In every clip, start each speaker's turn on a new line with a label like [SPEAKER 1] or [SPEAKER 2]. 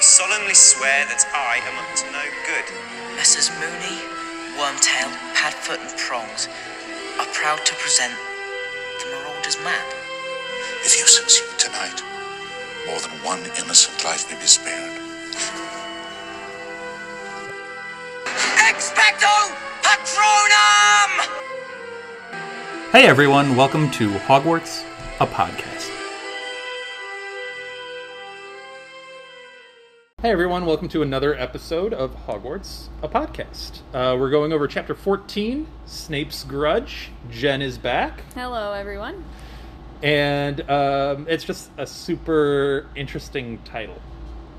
[SPEAKER 1] solemnly swear that I am up to no good.
[SPEAKER 2] Messrs. Mooney, Wormtail, Padfoot, and Prongs are proud to present the Marauder's Map.
[SPEAKER 3] If you succeed tonight, more than one innocent life may be spared.
[SPEAKER 2] Expecto Patronum!
[SPEAKER 4] Hey everyone, welcome to Hogwarts, a podcast. Hey everyone, welcome to another episode of Hogwarts, a podcast. Uh, we're going over chapter 14, Snape's Grudge. Jen is back,
[SPEAKER 5] Hello, everyone.
[SPEAKER 4] and um, it's just a super interesting title.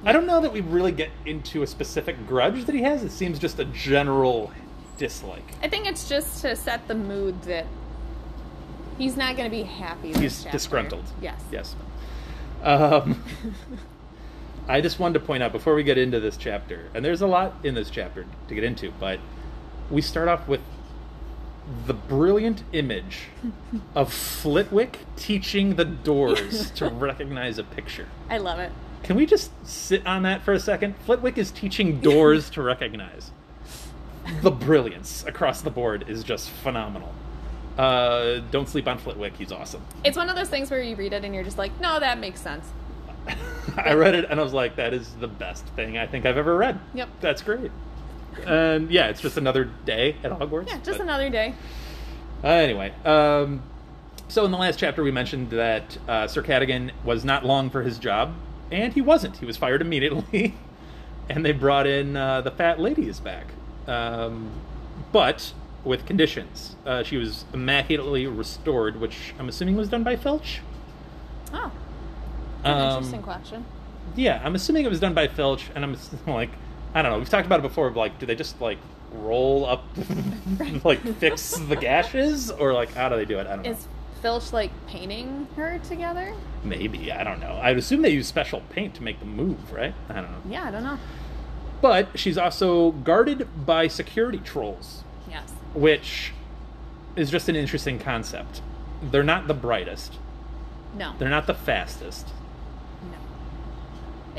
[SPEAKER 4] I don't know that we really get into a specific grudge that he has, it seems just a general dislike.
[SPEAKER 5] I think it's just to set the mood that he's not going to be happy. with
[SPEAKER 4] He's
[SPEAKER 5] Shafter.
[SPEAKER 4] disgruntled.
[SPEAKER 5] Yes.
[SPEAKER 4] Yes. Um, I just wanted to point out before we get into this chapter, and there's a lot in this chapter to get into, but we start off with the brilliant image of Flitwick teaching the doors to recognize a picture.
[SPEAKER 5] I love it.
[SPEAKER 4] Can we just sit on that for a second? Flitwick is teaching doors to recognize. The brilliance across the board is just phenomenal. Uh, don't sleep on Flitwick; he's awesome.
[SPEAKER 5] It's one of those things where you read it and you're just like, no, that makes sense.
[SPEAKER 4] I read it and I was like, that is the best thing I think I've ever read.
[SPEAKER 5] Yep.
[SPEAKER 4] That's great. And yeah, it's just another day at Hogwarts.
[SPEAKER 5] Yeah, just
[SPEAKER 4] but-
[SPEAKER 5] another day.
[SPEAKER 4] uh, anyway, um, so in the last chapter, we mentioned that uh, Sir Cadogan was not long for his job, and he wasn't. He was fired immediately, and they brought in uh, the fat ladies back, um, but with conditions. Uh, she was immaculately restored, which I'm assuming was done by Filch.
[SPEAKER 5] Oh,
[SPEAKER 4] Um,
[SPEAKER 5] interesting question.
[SPEAKER 4] yeah, I'm assuming it was done by Filch, and I'm ass- like, I don't know. We've talked about it before. But like, do they just like roll up, like fix the gashes, or like how do they do it? I don't
[SPEAKER 5] Is
[SPEAKER 4] know.
[SPEAKER 5] Filch like painting her together?
[SPEAKER 4] Maybe I don't know. I would assume they use special paint to make them move, right? I don't know.
[SPEAKER 5] Yeah, I don't know.
[SPEAKER 4] But she's also guarded by security trolls,
[SPEAKER 5] Yes.
[SPEAKER 4] which is just an interesting concept. They're not the brightest.
[SPEAKER 5] No.
[SPEAKER 4] They're not the fastest.
[SPEAKER 5] no.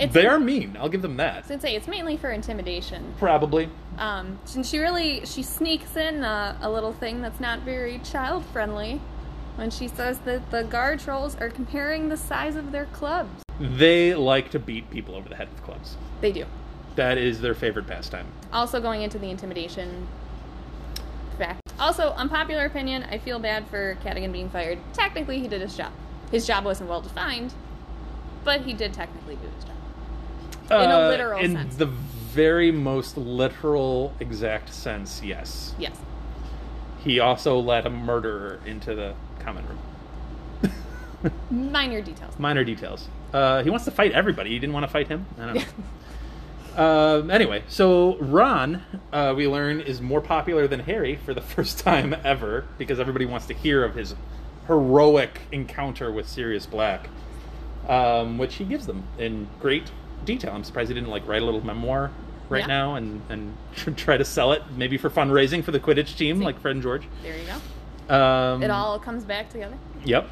[SPEAKER 5] It's,
[SPEAKER 4] They are mean. I'll give them that.
[SPEAKER 5] I was gonna say it's mainly for intimidation.
[SPEAKER 4] Probably.
[SPEAKER 5] Um, and she really she sneaks in uh, a, a little thing that's not very child friendly when she says that the guard trolls are comparing the size of their clubs.
[SPEAKER 4] They like to beat people over the head with clubs.
[SPEAKER 5] They do.
[SPEAKER 4] That is their favorite pastime.
[SPEAKER 5] Also going into the intimidation fact. Also, unpopular opinion. I feel bad for Cadigan being fired. Technically, he did his job. His job wasn't well defined, but he did technically do his job. In a literal
[SPEAKER 4] Uh, in
[SPEAKER 5] sense.
[SPEAKER 4] the very most literal, exact sense, yes.
[SPEAKER 5] Yes.
[SPEAKER 4] He also let a murderer into the common room.
[SPEAKER 5] Minor details.
[SPEAKER 4] Minor details. Uh, he wants to fight everybody. He didn't want to fight him. I don't know. um, anyway, so Ron, uh, we learn, is more popular than Harry for the first time ever because everybody wants to hear of his heroic encounter with Sirius Black, um, which he gives them in great detail. I'm surprised he didn't like write a little memoir right
[SPEAKER 5] Yeah.
[SPEAKER 4] now and and try to sell it maybe for fundraising for the Quidditch team, like friend George.
[SPEAKER 5] There you go.
[SPEAKER 4] Um,
[SPEAKER 5] It all comes back together.
[SPEAKER 4] Yep.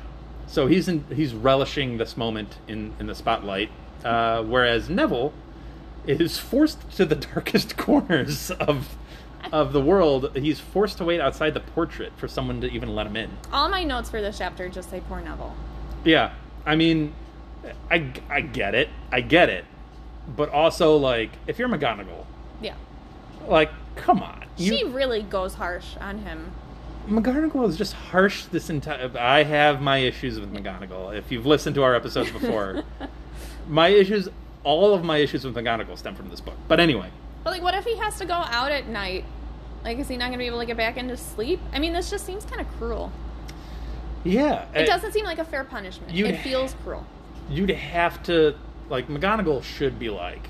[SPEAKER 4] So he's in, he's relishing this moment in in the spotlight, uh, whereas Neville is forced to the darkest corners of of the world. He's forced to wait outside the portrait for someone to even let him in.
[SPEAKER 5] All my notes for this chapter just say poor Neville.
[SPEAKER 4] Yeah, I mean, I I get it, I get it, but also like if you're McGonagall,
[SPEAKER 5] Yeah.
[SPEAKER 4] like come on,
[SPEAKER 5] she really goes harsh on him.
[SPEAKER 4] McGonagall is just harsh this entire. I have my issues with McGonagall. If you've listened to our episodes before, my issues, all of my issues with McGonagall stem from this book. But anyway,
[SPEAKER 5] But like, what if he has to go out at night? Like, is he not gonna be able to get back into sleep? I mean, this just seems kind of cruel.
[SPEAKER 4] yeah,
[SPEAKER 5] It doesn't seem like a fair punishment.
[SPEAKER 4] You'd-
[SPEAKER 5] It feels cruel.
[SPEAKER 4] You'd have to like McGonagall should be like,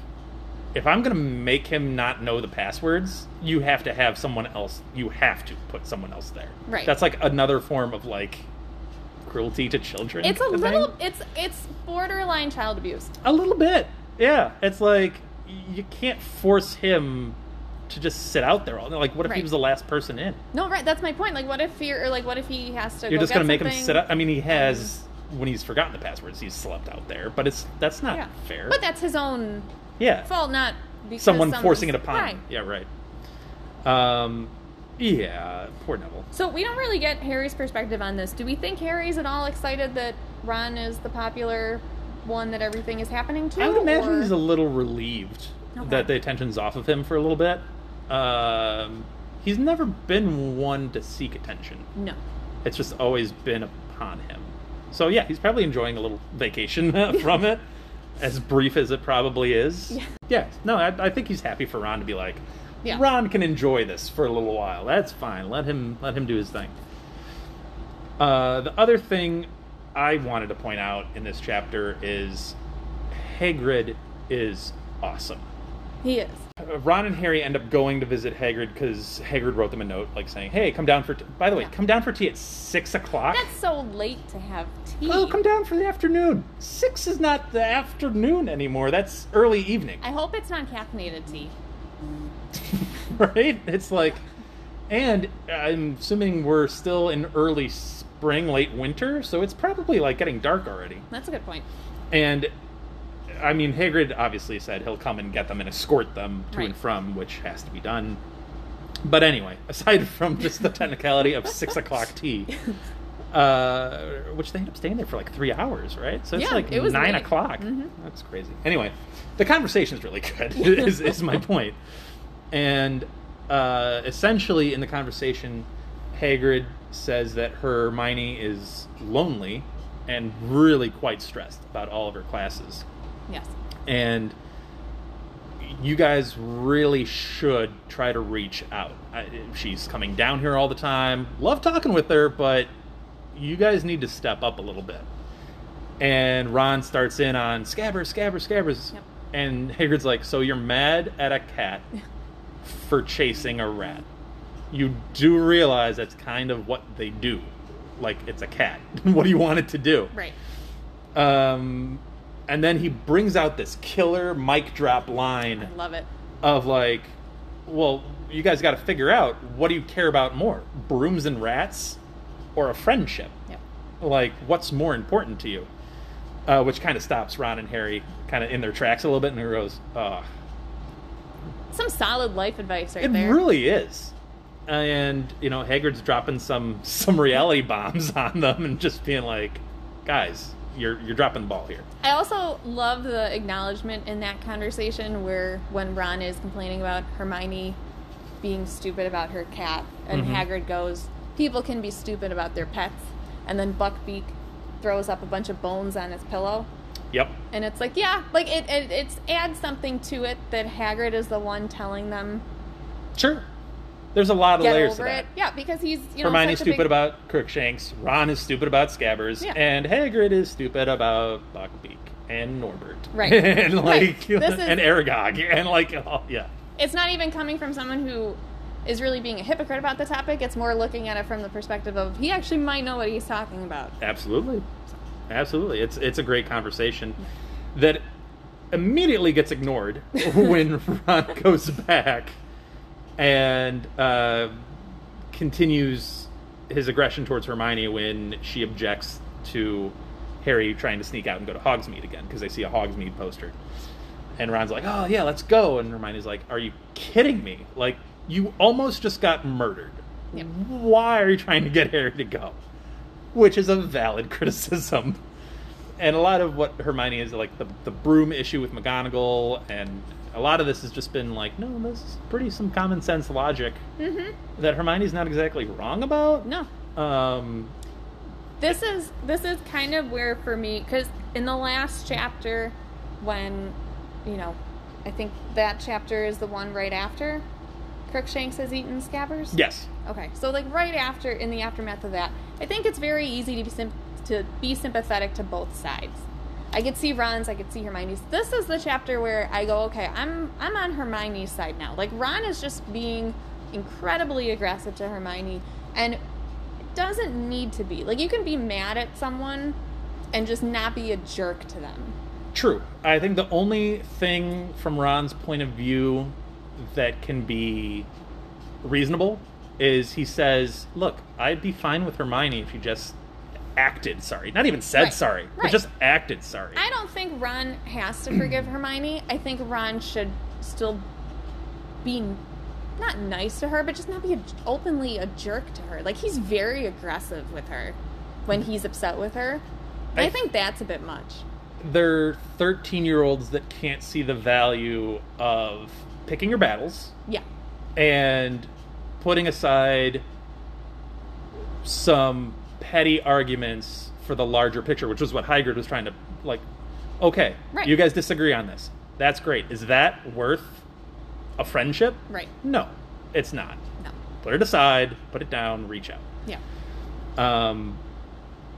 [SPEAKER 4] if I'm gonna make him not know the passwords, you have to have someone else. You have to put someone else there.
[SPEAKER 5] Right.
[SPEAKER 4] That's like another form of like cruelty to children.
[SPEAKER 5] It's a
[SPEAKER 4] I think.
[SPEAKER 5] little. It's it's borderline child abuse.
[SPEAKER 4] A little bit. Yeah. It's like y- you can't force him to just sit out there all day. Like, what if he
[SPEAKER 5] Right.
[SPEAKER 4] was the last person in?
[SPEAKER 5] No, right? That's my point. Like, what if he or like, what if he has to?
[SPEAKER 4] You're
[SPEAKER 5] go
[SPEAKER 4] just
[SPEAKER 5] get
[SPEAKER 4] gonna make him
[SPEAKER 5] something? Um,
[SPEAKER 4] sit out. I mean, he has when he's forgotten the passwords, he's slept out there. But it's that's not
[SPEAKER 5] Yeah.
[SPEAKER 4] fair.
[SPEAKER 5] But that's his own
[SPEAKER 4] Yeah.
[SPEAKER 5] fault, not because
[SPEAKER 4] someone
[SPEAKER 5] someone's-
[SPEAKER 4] forcing it upon
[SPEAKER 5] Right.
[SPEAKER 4] him. Yeah, right. Um, yeah, poor Neville.
[SPEAKER 5] So we don't really get Harry's perspective on this. Do we think Harry's at all excited that Ron is the popular one that everything is happening to?
[SPEAKER 4] I would imagine
[SPEAKER 5] or-
[SPEAKER 4] he's a little relieved
[SPEAKER 5] Okay.
[SPEAKER 4] that the attention's off of him for a little bit. Um, he's never been one to seek attention.
[SPEAKER 5] no.
[SPEAKER 4] It's just always been upon him. So yeah, he's probably enjoying a little vacation uh, from it, as brief as it probably is.
[SPEAKER 5] Yeah.
[SPEAKER 4] no, I, I think he's happy for Ron to be like,
[SPEAKER 5] Yeah.
[SPEAKER 4] Ron can enjoy this for a little while. That's fine. Let him let him do his thing. Uh, the other thing I wanted to point out in this chapter is Hagrid is awesome.
[SPEAKER 5] He is.
[SPEAKER 4] Uh, Ron and Harry end up going to visit Hagrid because Hagrid wrote them a note, like saying, "Hey, come down for." T- By the way,
[SPEAKER 5] Yeah.
[SPEAKER 4] come down for tea at six o'clock.
[SPEAKER 5] That's so late to have tea.
[SPEAKER 4] oh, come down for the afternoon. Six is not the afternoon anymore. That's early evening,
[SPEAKER 5] I hope it's not caffeinated tea.
[SPEAKER 4] right? It's like, and I'm assuming we're still in early spring, late winter, so it's probably like getting dark already.
[SPEAKER 5] That's a good point.
[SPEAKER 4] And I mean, Hagrid obviously said he'll come and get them and escort them to
[SPEAKER 5] Right.
[SPEAKER 4] and from, which has to be done. But anyway, aside from just the technicality of six o'clock tea, uh, which they end up staying there for like three hours, right? So it's
[SPEAKER 5] Yeah,
[SPEAKER 4] like
[SPEAKER 5] it was Mm-hmm.
[SPEAKER 4] nine
[SPEAKER 5] late.
[SPEAKER 4] o'clock. That's crazy. Anyway, the conversation's really good. is, is my point. And uh, essentially, in the conversation, Hagrid says that Hermione is lonely and really quite stressed about all of her classes.
[SPEAKER 5] Yes.
[SPEAKER 4] And you guys really should try to reach out. I, she's coming down here all the time. Love talking with her, but you guys need to step up a little bit. And Ron starts in on scabbers, scabbers, scabbers.
[SPEAKER 5] Yep.
[SPEAKER 4] And Hagrid's like, So you're mad at a cat for chasing a rat. You do realize that's kind of what they do. Like, it's a cat. what do you want it to do?
[SPEAKER 5] Right.
[SPEAKER 4] Um, and then he brings out this killer mic drop line
[SPEAKER 5] I love it.
[SPEAKER 4] of like, well, you guys got to figure out what do you care about more, brooms and rats, or a friendship?
[SPEAKER 5] Yep.
[SPEAKER 4] Like, what's more important to you? Uh, which kind of stops Ron and Harry kind of in their tracks a little bit, and he goes, "Ah,
[SPEAKER 5] Some solid life advice right
[SPEAKER 4] it
[SPEAKER 5] there.
[SPEAKER 4] really is." And you know, Hagrid's dropping some some reality bombs on them, and just being like, "Guys, you're you're dropping the ball here."
[SPEAKER 5] I also love the acknowledgement in that conversation where when Ron is complaining about Hermione being stupid about her cat, and
[SPEAKER 4] Mm-hmm.
[SPEAKER 5] Hagrid goes, "People can be stupid about their pets," and then Buckbeak throws up a bunch of bones on his pillow,
[SPEAKER 4] Yep.
[SPEAKER 5] and it's like, yeah, like it, it it's adds something to it that Hagrid is the one telling them
[SPEAKER 4] Sure. There's a lot of
[SPEAKER 5] get
[SPEAKER 4] layers to
[SPEAKER 5] over
[SPEAKER 4] that.
[SPEAKER 5] it, yeah, because he's you know
[SPEAKER 4] Hermione's
[SPEAKER 5] such a
[SPEAKER 4] stupid
[SPEAKER 5] big-
[SPEAKER 4] about Crookshanks. Ron is stupid about Scabbers,
[SPEAKER 5] Yeah.
[SPEAKER 4] and Hagrid is stupid about Buckbeak and Norbert,
[SPEAKER 5] Right.
[SPEAKER 4] and
[SPEAKER 5] Right.
[SPEAKER 4] like
[SPEAKER 5] This is-
[SPEAKER 4] and Aragog, and like oh, yeah,
[SPEAKER 5] it's not even coming from someone who is really being a hypocrite about the topic. It's more looking at it from the perspective of he actually might know what he's talking about.
[SPEAKER 4] absolutely, absolutely. It's it's a great conversation that immediately gets ignored when Ron goes back and uh, continues his aggression towards Hermione when she objects to Harry trying to sneak out and go to Hogsmeade again because they see a Hogsmeade poster. And Ron's like, "Oh yeah, let's go." And Hermione's like, "Are you kidding me? Like you almost just got murdered.
[SPEAKER 5] Yep.
[SPEAKER 4] Why are you trying to get Harry to go?" Which is a valid criticism. And a lot of what Hermione is like the the broom issue with McGonagall and a lot of this has just been like, "No, this is pretty some common sense logic that Hermione's not exactly wrong about."
[SPEAKER 5] Mm-hmm. No,
[SPEAKER 4] Um
[SPEAKER 5] this is this is kind of where for me because in the last chapter, when you know, I think that chapter is the one right after Crookshanks has eaten Scabbers.
[SPEAKER 4] yes.
[SPEAKER 5] Okay, so like right after, in the aftermath of that, I think it's very easy to be symp- to be sympathetic to both sides. I could see Ron's, I could see Hermione's. This is the chapter where I go, okay, I'm I'm on Hermione's side now. Like Ron is just being incredibly aggressive to Hermione, and it doesn't need to be. Like you can be mad at someone and just not be a jerk to them.
[SPEAKER 4] True. I think the only thing from Ron's point of view that can be reasonable is he says, "Look, I'd be fine with Hermione if you just acted sorry. Not even said
[SPEAKER 5] Right.
[SPEAKER 4] sorry, but
[SPEAKER 5] Right.
[SPEAKER 4] just acted sorry.
[SPEAKER 5] I don't think Ron has to forgive Hermione. I think Ron should still be n- not nice to her, but just not be a, openly a jerk to her. Like he's very aggressive with her when he's upset with her. And I,
[SPEAKER 4] I-
[SPEAKER 5] think that's a bit much.
[SPEAKER 4] They're 13 year olds that can't see the value of picking your battles
[SPEAKER 5] Yeah.
[SPEAKER 4] and putting aside some petty arguments for the larger picture, which was what Hygrid was trying to like. Okay,
[SPEAKER 5] Right.
[SPEAKER 4] you guys disagree on this. That's great. Is that worth a friendship?
[SPEAKER 5] Right.
[SPEAKER 4] No, it's not.
[SPEAKER 5] No.
[SPEAKER 4] Put it aside. Put it down. Reach out.
[SPEAKER 5] Yeah.
[SPEAKER 4] Um,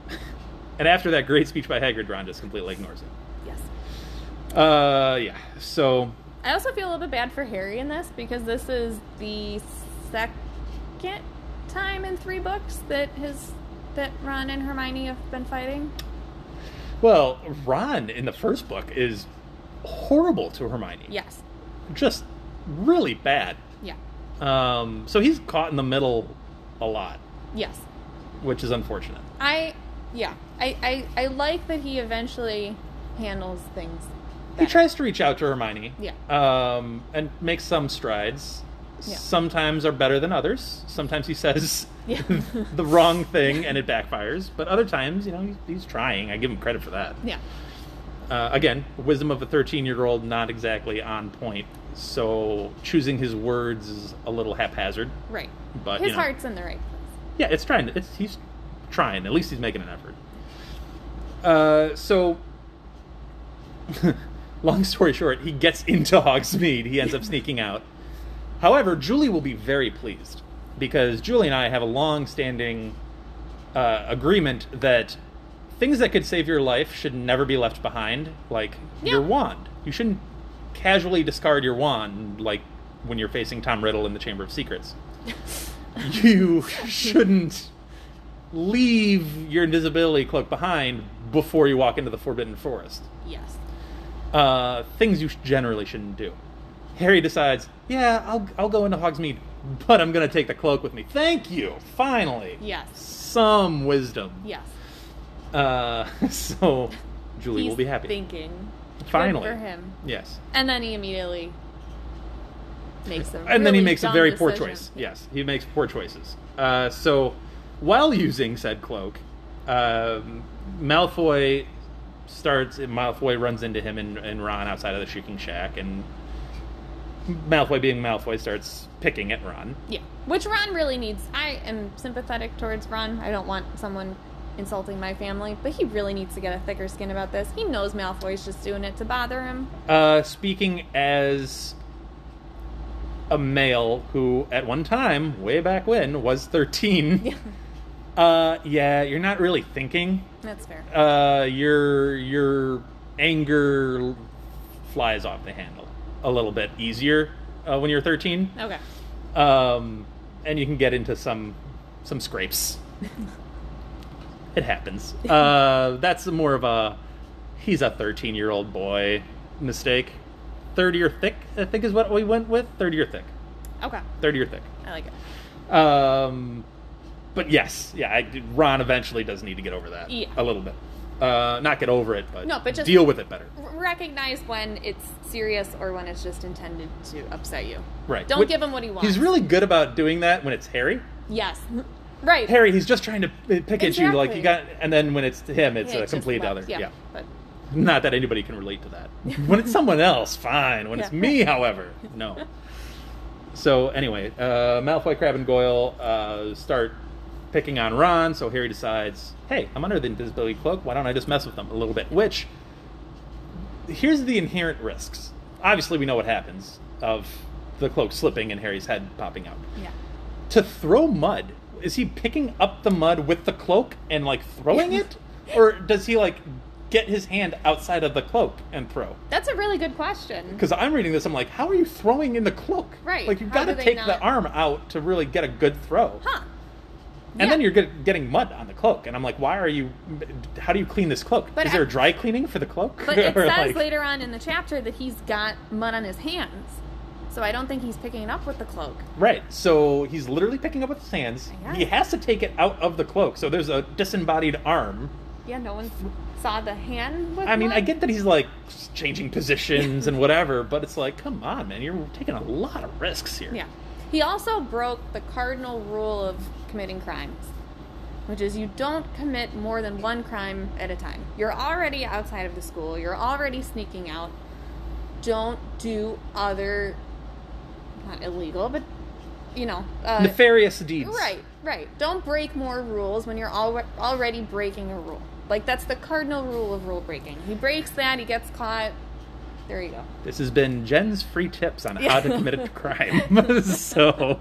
[SPEAKER 4] and after that great speech by Hagrid, Ron just completely ignores it.
[SPEAKER 5] Yes.
[SPEAKER 4] Uh, yeah. So
[SPEAKER 5] I also feel a little bit bad for Harry in this because this is the second time in three books that his that Ron and Hermione have been fighting.
[SPEAKER 4] Well, Ron in the first book is horrible to Hermione.
[SPEAKER 5] Yes.
[SPEAKER 4] Just really bad.
[SPEAKER 5] Yeah.
[SPEAKER 4] Um, so he's caught in the middle a lot,
[SPEAKER 5] Yes.
[SPEAKER 4] which is unfortunate.
[SPEAKER 5] I yeah. I, I I like that he eventually handles things.
[SPEAKER 4] He
[SPEAKER 5] better.
[SPEAKER 4] tries to reach out to Hermione.
[SPEAKER 5] Yeah.
[SPEAKER 4] Um, and makes some strides.
[SPEAKER 5] Yeah.
[SPEAKER 4] Sometimes are better than others. Sometimes he says
[SPEAKER 5] Yeah.
[SPEAKER 4] the wrong thing and it backfires. But other times, you know, he's, he's trying. I give him credit for that.
[SPEAKER 5] Yeah.
[SPEAKER 4] uh, again, wisdom of a 13 year old, not exactly on point. So choosing his words is a little haphazard.
[SPEAKER 5] Right.
[SPEAKER 4] But,
[SPEAKER 5] his
[SPEAKER 4] you know.
[SPEAKER 5] heart's in the right place.
[SPEAKER 4] Yeah, it's trying. It's, he's trying. At least he's making an effort. Uh, so, long story short, he gets into Hogsmeade. He ends up sneaking out. However, Julie will be very pleased because Julie and I have a long standing uh, agreement that things that could save your life should never be left behind, like
[SPEAKER 5] Yeah.
[SPEAKER 4] your wand. You shouldn't casually discard your wand, like when you're facing Tom Riddle in the Chamber of Secrets. you shouldn't leave your invisibility cloak behind before you walk into the Forbidden Forest.
[SPEAKER 5] Yes.
[SPEAKER 4] Uh, things you sh- generally shouldn't do. Harry decides, yeah, I'll, I'll go into Hogsmeade, but I'm going to take the cloak with me. Thank you, finally.
[SPEAKER 5] Yes.
[SPEAKER 4] Some wisdom.
[SPEAKER 5] Yes.
[SPEAKER 4] Uh, so Julie
[SPEAKER 5] He's
[SPEAKER 4] will be happy.
[SPEAKER 5] Thinking. Good
[SPEAKER 4] finally.
[SPEAKER 5] for him.
[SPEAKER 4] Yes.
[SPEAKER 5] And then he immediately makes a
[SPEAKER 4] and then he
[SPEAKER 5] really
[SPEAKER 4] makes a
[SPEAKER 5] dumb
[SPEAKER 4] very poor
[SPEAKER 5] decision.
[SPEAKER 4] choice. Yes, he makes poor choices. Uh, so, while using said cloak, um, Malfoy starts. Malfoy runs into him and, and Ron outside of the Shrieking Shack, and Malfoy, being Malfoy, starts picking at Ron.
[SPEAKER 5] Yeah. Which Ron really needs. I am sympathetic towards Ron. I don't want someone insulting my family, but he really needs to get a thicker skin about this. He knows Malfoy's just doing it to bother him.
[SPEAKER 4] Uh, speaking as a male who, at one time, way back when, was thirteen.
[SPEAKER 5] Yeah.
[SPEAKER 4] Uh, yeah, you're not really thinking.
[SPEAKER 5] That's fair.
[SPEAKER 4] uh, your your anger flies off the handle a little bit easier uh, when you're 13,
[SPEAKER 5] Okay.
[SPEAKER 4] um, and you can get into some some scrapes. it happens. Uh, that's more of a he's a 13 year old boy mistake. 30 or thick, I think is what we went with. 30 or thick.
[SPEAKER 5] Okay.
[SPEAKER 4] 30 or thick.
[SPEAKER 5] I like it.
[SPEAKER 4] Um, but yes, yeah, I, Ron eventually does need to get over that
[SPEAKER 5] Yeah.
[SPEAKER 4] a little bit. Uh, not get over it, but,
[SPEAKER 5] No, but just-
[SPEAKER 4] deal with it better.
[SPEAKER 5] R- recognize when it's serious or when it's just intended to upset you.
[SPEAKER 4] Right.
[SPEAKER 5] Don't
[SPEAKER 4] Wh-
[SPEAKER 5] give him what he wants.
[SPEAKER 4] He's really good about doing that when it's Harry.
[SPEAKER 5] Yes. Right.
[SPEAKER 4] Harry, he's just trying to p- pick at you, like
[SPEAKER 5] Exactly.
[SPEAKER 4] you got, and then when it's him, it's
[SPEAKER 5] Yeah,
[SPEAKER 4] a
[SPEAKER 5] just
[SPEAKER 4] complete
[SPEAKER 5] left.
[SPEAKER 4] other. Yeah.
[SPEAKER 5] But
[SPEAKER 4] Not that anybody can relate to that. when it's someone else, fine. When it's
[SPEAKER 5] Yeah.
[SPEAKER 4] me, however, no. So anyway, uh, Malfoy, Crab, and Goyle uh, start picking on Ron. So Harry decides, "Hey, I'm under the invisibility cloak. Why don't I just mess with them a little bit?" Which here's the inherent risks. Obviously, we know what happens of the cloak slipping and Harry's head popping out.
[SPEAKER 5] yeah.
[SPEAKER 4] To throw mud, is he picking up the mud with the cloak and like throwing it, or does he like get his hand outside of the cloak and throw?
[SPEAKER 5] That's a really good question.
[SPEAKER 4] Because I'm reading this, I'm like, how are you throwing in the cloak?
[SPEAKER 5] Right.
[SPEAKER 4] Like you've
[SPEAKER 5] How
[SPEAKER 4] got to
[SPEAKER 5] do they
[SPEAKER 4] take the
[SPEAKER 5] not-
[SPEAKER 4] arm out to really get a good throw.
[SPEAKER 5] Huh.
[SPEAKER 4] And then you're get, getting mud on the cloak, and I'm like, why are you? How do you clean this cloak?
[SPEAKER 5] But
[SPEAKER 4] Is there
[SPEAKER 5] I-
[SPEAKER 4] a dry cleaning for the cloak?
[SPEAKER 5] But it
[SPEAKER 4] Or,
[SPEAKER 5] says
[SPEAKER 4] like-
[SPEAKER 5] later on in the chapter that he's got mud on his hands. So I don't think he's picking it up with the cloak.
[SPEAKER 4] Right. So he's literally picking up with his hands.
[SPEAKER 5] Yeah.
[SPEAKER 4] He has to take it out of the cloak. So there's a disembodied arm.
[SPEAKER 5] Yeah, no one saw the hand. With
[SPEAKER 4] I mean, I
[SPEAKER 5] blood.
[SPEAKER 4] get that he's like changing positions and whatever, but it's like, come on, man, you're taking a lot of risks here.
[SPEAKER 5] Yeah. He also broke the cardinal rule of committing crimes, which is you don't commit more than one crime at a time. You're already outside of the school, you're already sneaking out. Don't do other, not illegal, but, you know. Uh,
[SPEAKER 4] Nefarious deeds.
[SPEAKER 5] Right, right. Don't break more rules when you're al- already breaking a rule. Like, that's the cardinal rule of rule breaking. He breaks that, he gets caught. There you go.
[SPEAKER 4] This has been Jen's free tips on how to
[SPEAKER 5] Yeah.
[SPEAKER 4] commit a crime. so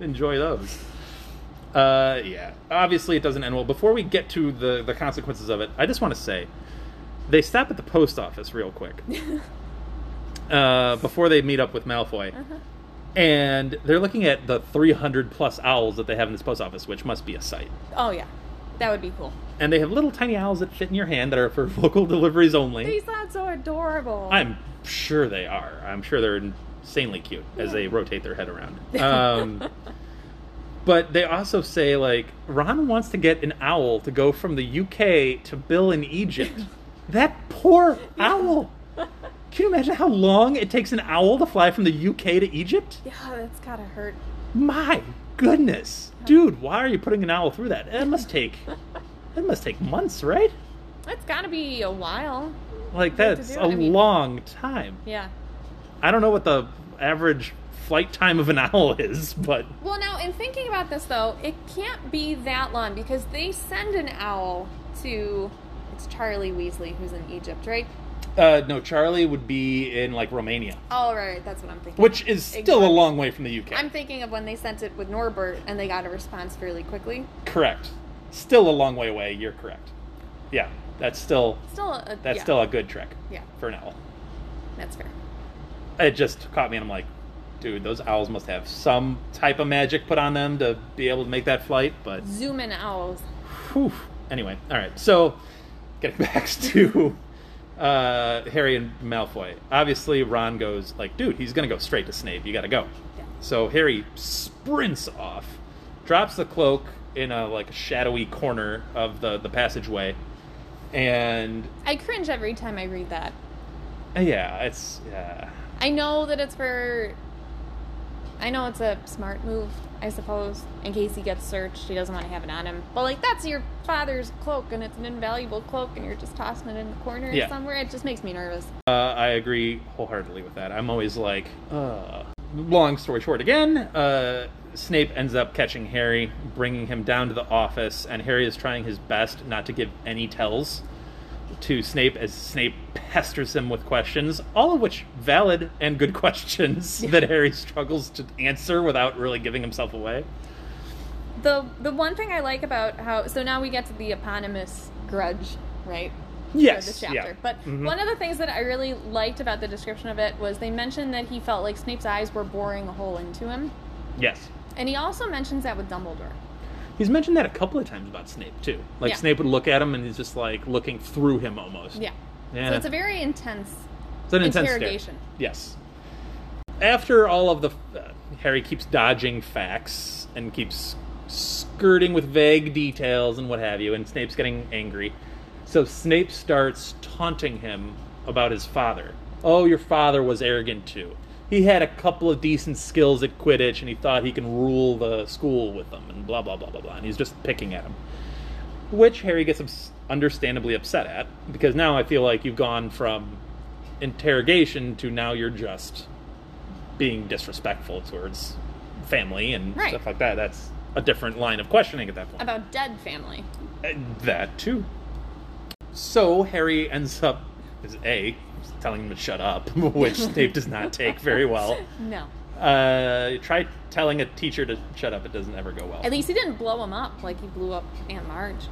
[SPEAKER 4] enjoy those. Uh, yeah, obviously it doesn't end well. Before we get to the the consequences of it, I just want to say they stop at the post office real quick uh, before they meet up with Malfoy. And they're looking at the 300 plus owls that they have in this post office, which must be a sight.
[SPEAKER 5] Oh, yeah. That would be cool.
[SPEAKER 4] And they have little tiny owls that fit in your hand that are for local deliveries only.
[SPEAKER 5] They sound so adorable.
[SPEAKER 4] I'm sure they are. I'm sure they're insanely cute as they rotate their head around. Um, but they also say like Ron wants to get an owl to go from the UK to Bill in Egypt. that poor owl. Can you imagine how long it takes an owl to fly from the UK to Egypt?
[SPEAKER 5] Yeah, that's gotta hurt.
[SPEAKER 4] My goodness, dude, why are you putting an owl through that? It must take. It must take months, right?
[SPEAKER 5] That's gotta be a while.
[SPEAKER 4] Like
[SPEAKER 5] Like to
[SPEAKER 4] that's
[SPEAKER 5] do
[SPEAKER 4] a
[SPEAKER 5] it, I mean-
[SPEAKER 4] long time.
[SPEAKER 5] Yeah.
[SPEAKER 4] I don't know what the average flight time of an owl is, but
[SPEAKER 5] Well, now, in thinking about this, though, it can't be that long because they send an owl to. It's Charlie Weasley who's in Egypt, right?
[SPEAKER 4] uh, no, Charlie would be in like Romania,
[SPEAKER 5] Oh, right, that's what I'm thinking.
[SPEAKER 4] which is still a
[SPEAKER 5] Exactly.
[SPEAKER 4] long way from the UK.
[SPEAKER 5] I'm thinking of when they sent it with Norbert and they got a response fairly quickly.
[SPEAKER 4] correct. Still a long way away. You're correct. Yeah, that's still
[SPEAKER 5] Still, a,
[SPEAKER 4] that's
[SPEAKER 5] yeah,
[SPEAKER 4] still a good trick
[SPEAKER 5] Yeah,
[SPEAKER 4] for an owl.
[SPEAKER 5] that's fair.
[SPEAKER 4] It just caught me, and I'm like, dude, those owls must have some type of magic put on them to be able to make that flight. But
[SPEAKER 5] Zoom in owls.
[SPEAKER 4] Whew. Anyway, all right. So, getting back to uh, Harry and Malfoy. Obviously, Ron goes like, "Dude, he's gonna go straight to Snape. You gotta go."
[SPEAKER 5] Yeah.
[SPEAKER 4] So Harry sprints off, drops the cloak in a like shadowy corner of the the passageway, and
[SPEAKER 5] I cringe every time I read that.
[SPEAKER 4] uh, yeah, it's uh,
[SPEAKER 5] I know that it's for. I know it's a smart move, I suppose, in case he gets searched. He doesn't want to have it on him. But, like, that's your father's cloak, and it's an invaluable cloak, and you're just tossing it in the corner
[SPEAKER 4] Yeah.
[SPEAKER 5] somewhere. It just makes me nervous.
[SPEAKER 4] uh, I agree wholeheartedly with that. I'm always like, uh. Long story short, again, uh, Snape ends up catching Harry, bringing him down to the office, and Harry is trying his best not to give any tells to Snape as Snape pesters him with questions, all of which valid and good questions that Harry struggles to answer without really giving himself away.
[SPEAKER 5] The, the one thing I like about how. So now we get to the eponymous grudge, right?
[SPEAKER 4] Yes,
[SPEAKER 5] For this
[SPEAKER 4] yeah.
[SPEAKER 5] chapter. But
[SPEAKER 4] Mhm.
[SPEAKER 5] one of the things that I really liked about the description of it was they mentioned that he felt like Snape's eyes were boring a hole into him.
[SPEAKER 4] Yes.
[SPEAKER 5] And he also mentions that with Dumbledore.
[SPEAKER 4] He's mentioned that a couple of times about Snape, too. Like,
[SPEAKER 5] Yeah.
[SPEAKER 4] Snape would look at him and he's just like looking through him almost.
[SPEAKER 5] Yeah.
[SPEAKER 4] Yeah.
[SPEAKER 5] So it's a very intense
[SPEAKER 4] It's an intense stare.
[SPEAKER 5] Interrogation.
[SPEAKER 4] Yes. After all of the, uh, Harry keeps dodging facts and keeps skirting with vague details and what have you, and Snape's getting angry. So Snape starts taunting him about his father. Oh, your father was arrogant too. He had a couple of decent skills at Quidditch, and he thought he can rule the school with them, and blah blah blah blah blah. And he's just picking at him which Harry gets ups- understandably upset at because now I feel like you've gone from interrogation to now you're just being disrespectful towards family and
[SPEAKER 5] Right.
[SPEAKER 4] stuff like that. That's a different line of questioning at that point.
[SPEAKER 5] about dead family.
[SPEAKER 4] And that too. So Harry ends up is a telling him to shut up, which Snape does not take very well.
[SPEAKER 5] No.
[SPEAKER 4] Uh, try telling a teacher to shut up; it doesn't ever go well.
[SPEAKER 5] At least he didn't blow him up like he blew up Aunt Marge.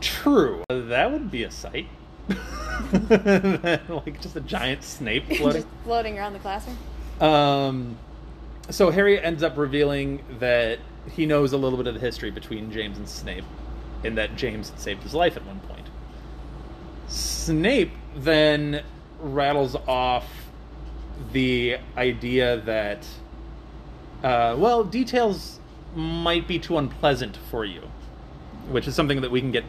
[SPEAKER 4] True. That would be a sight. like just a giant snape floating.
[SPEAKER 5] Just floating around the classroom.
[SPEAKER 4] um, so Harry ends up revealing that he knows a little bit of the history between James and Snape, and that James had saved his life at one point. Snape then rattles off the idea that, uh, well, details might be too unpleasant for you, which is something that we can get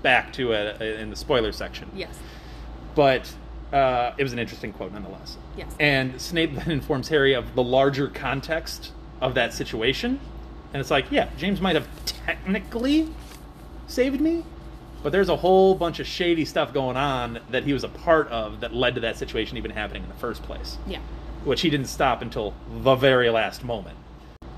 [SPEAKER 4] back to uh, in the spoiler section.
[SPEAKER 5] Yes.
[SPEAKER 4] But uh, it was an interesting quote nonetheless.
[SPEAKER 5] Yes.
[SPEAKER 4] And Snape then informs Harry of the larger context of that situation. And it's like, yeah, James might have technically saved me, but there's a whole bunch of shady stuff going on that he was a part of that led to that situation even happening in the first place,
[SPEAKER 5] Yeah.
[SPEAKER 4] which he didn't stop until the very last moment.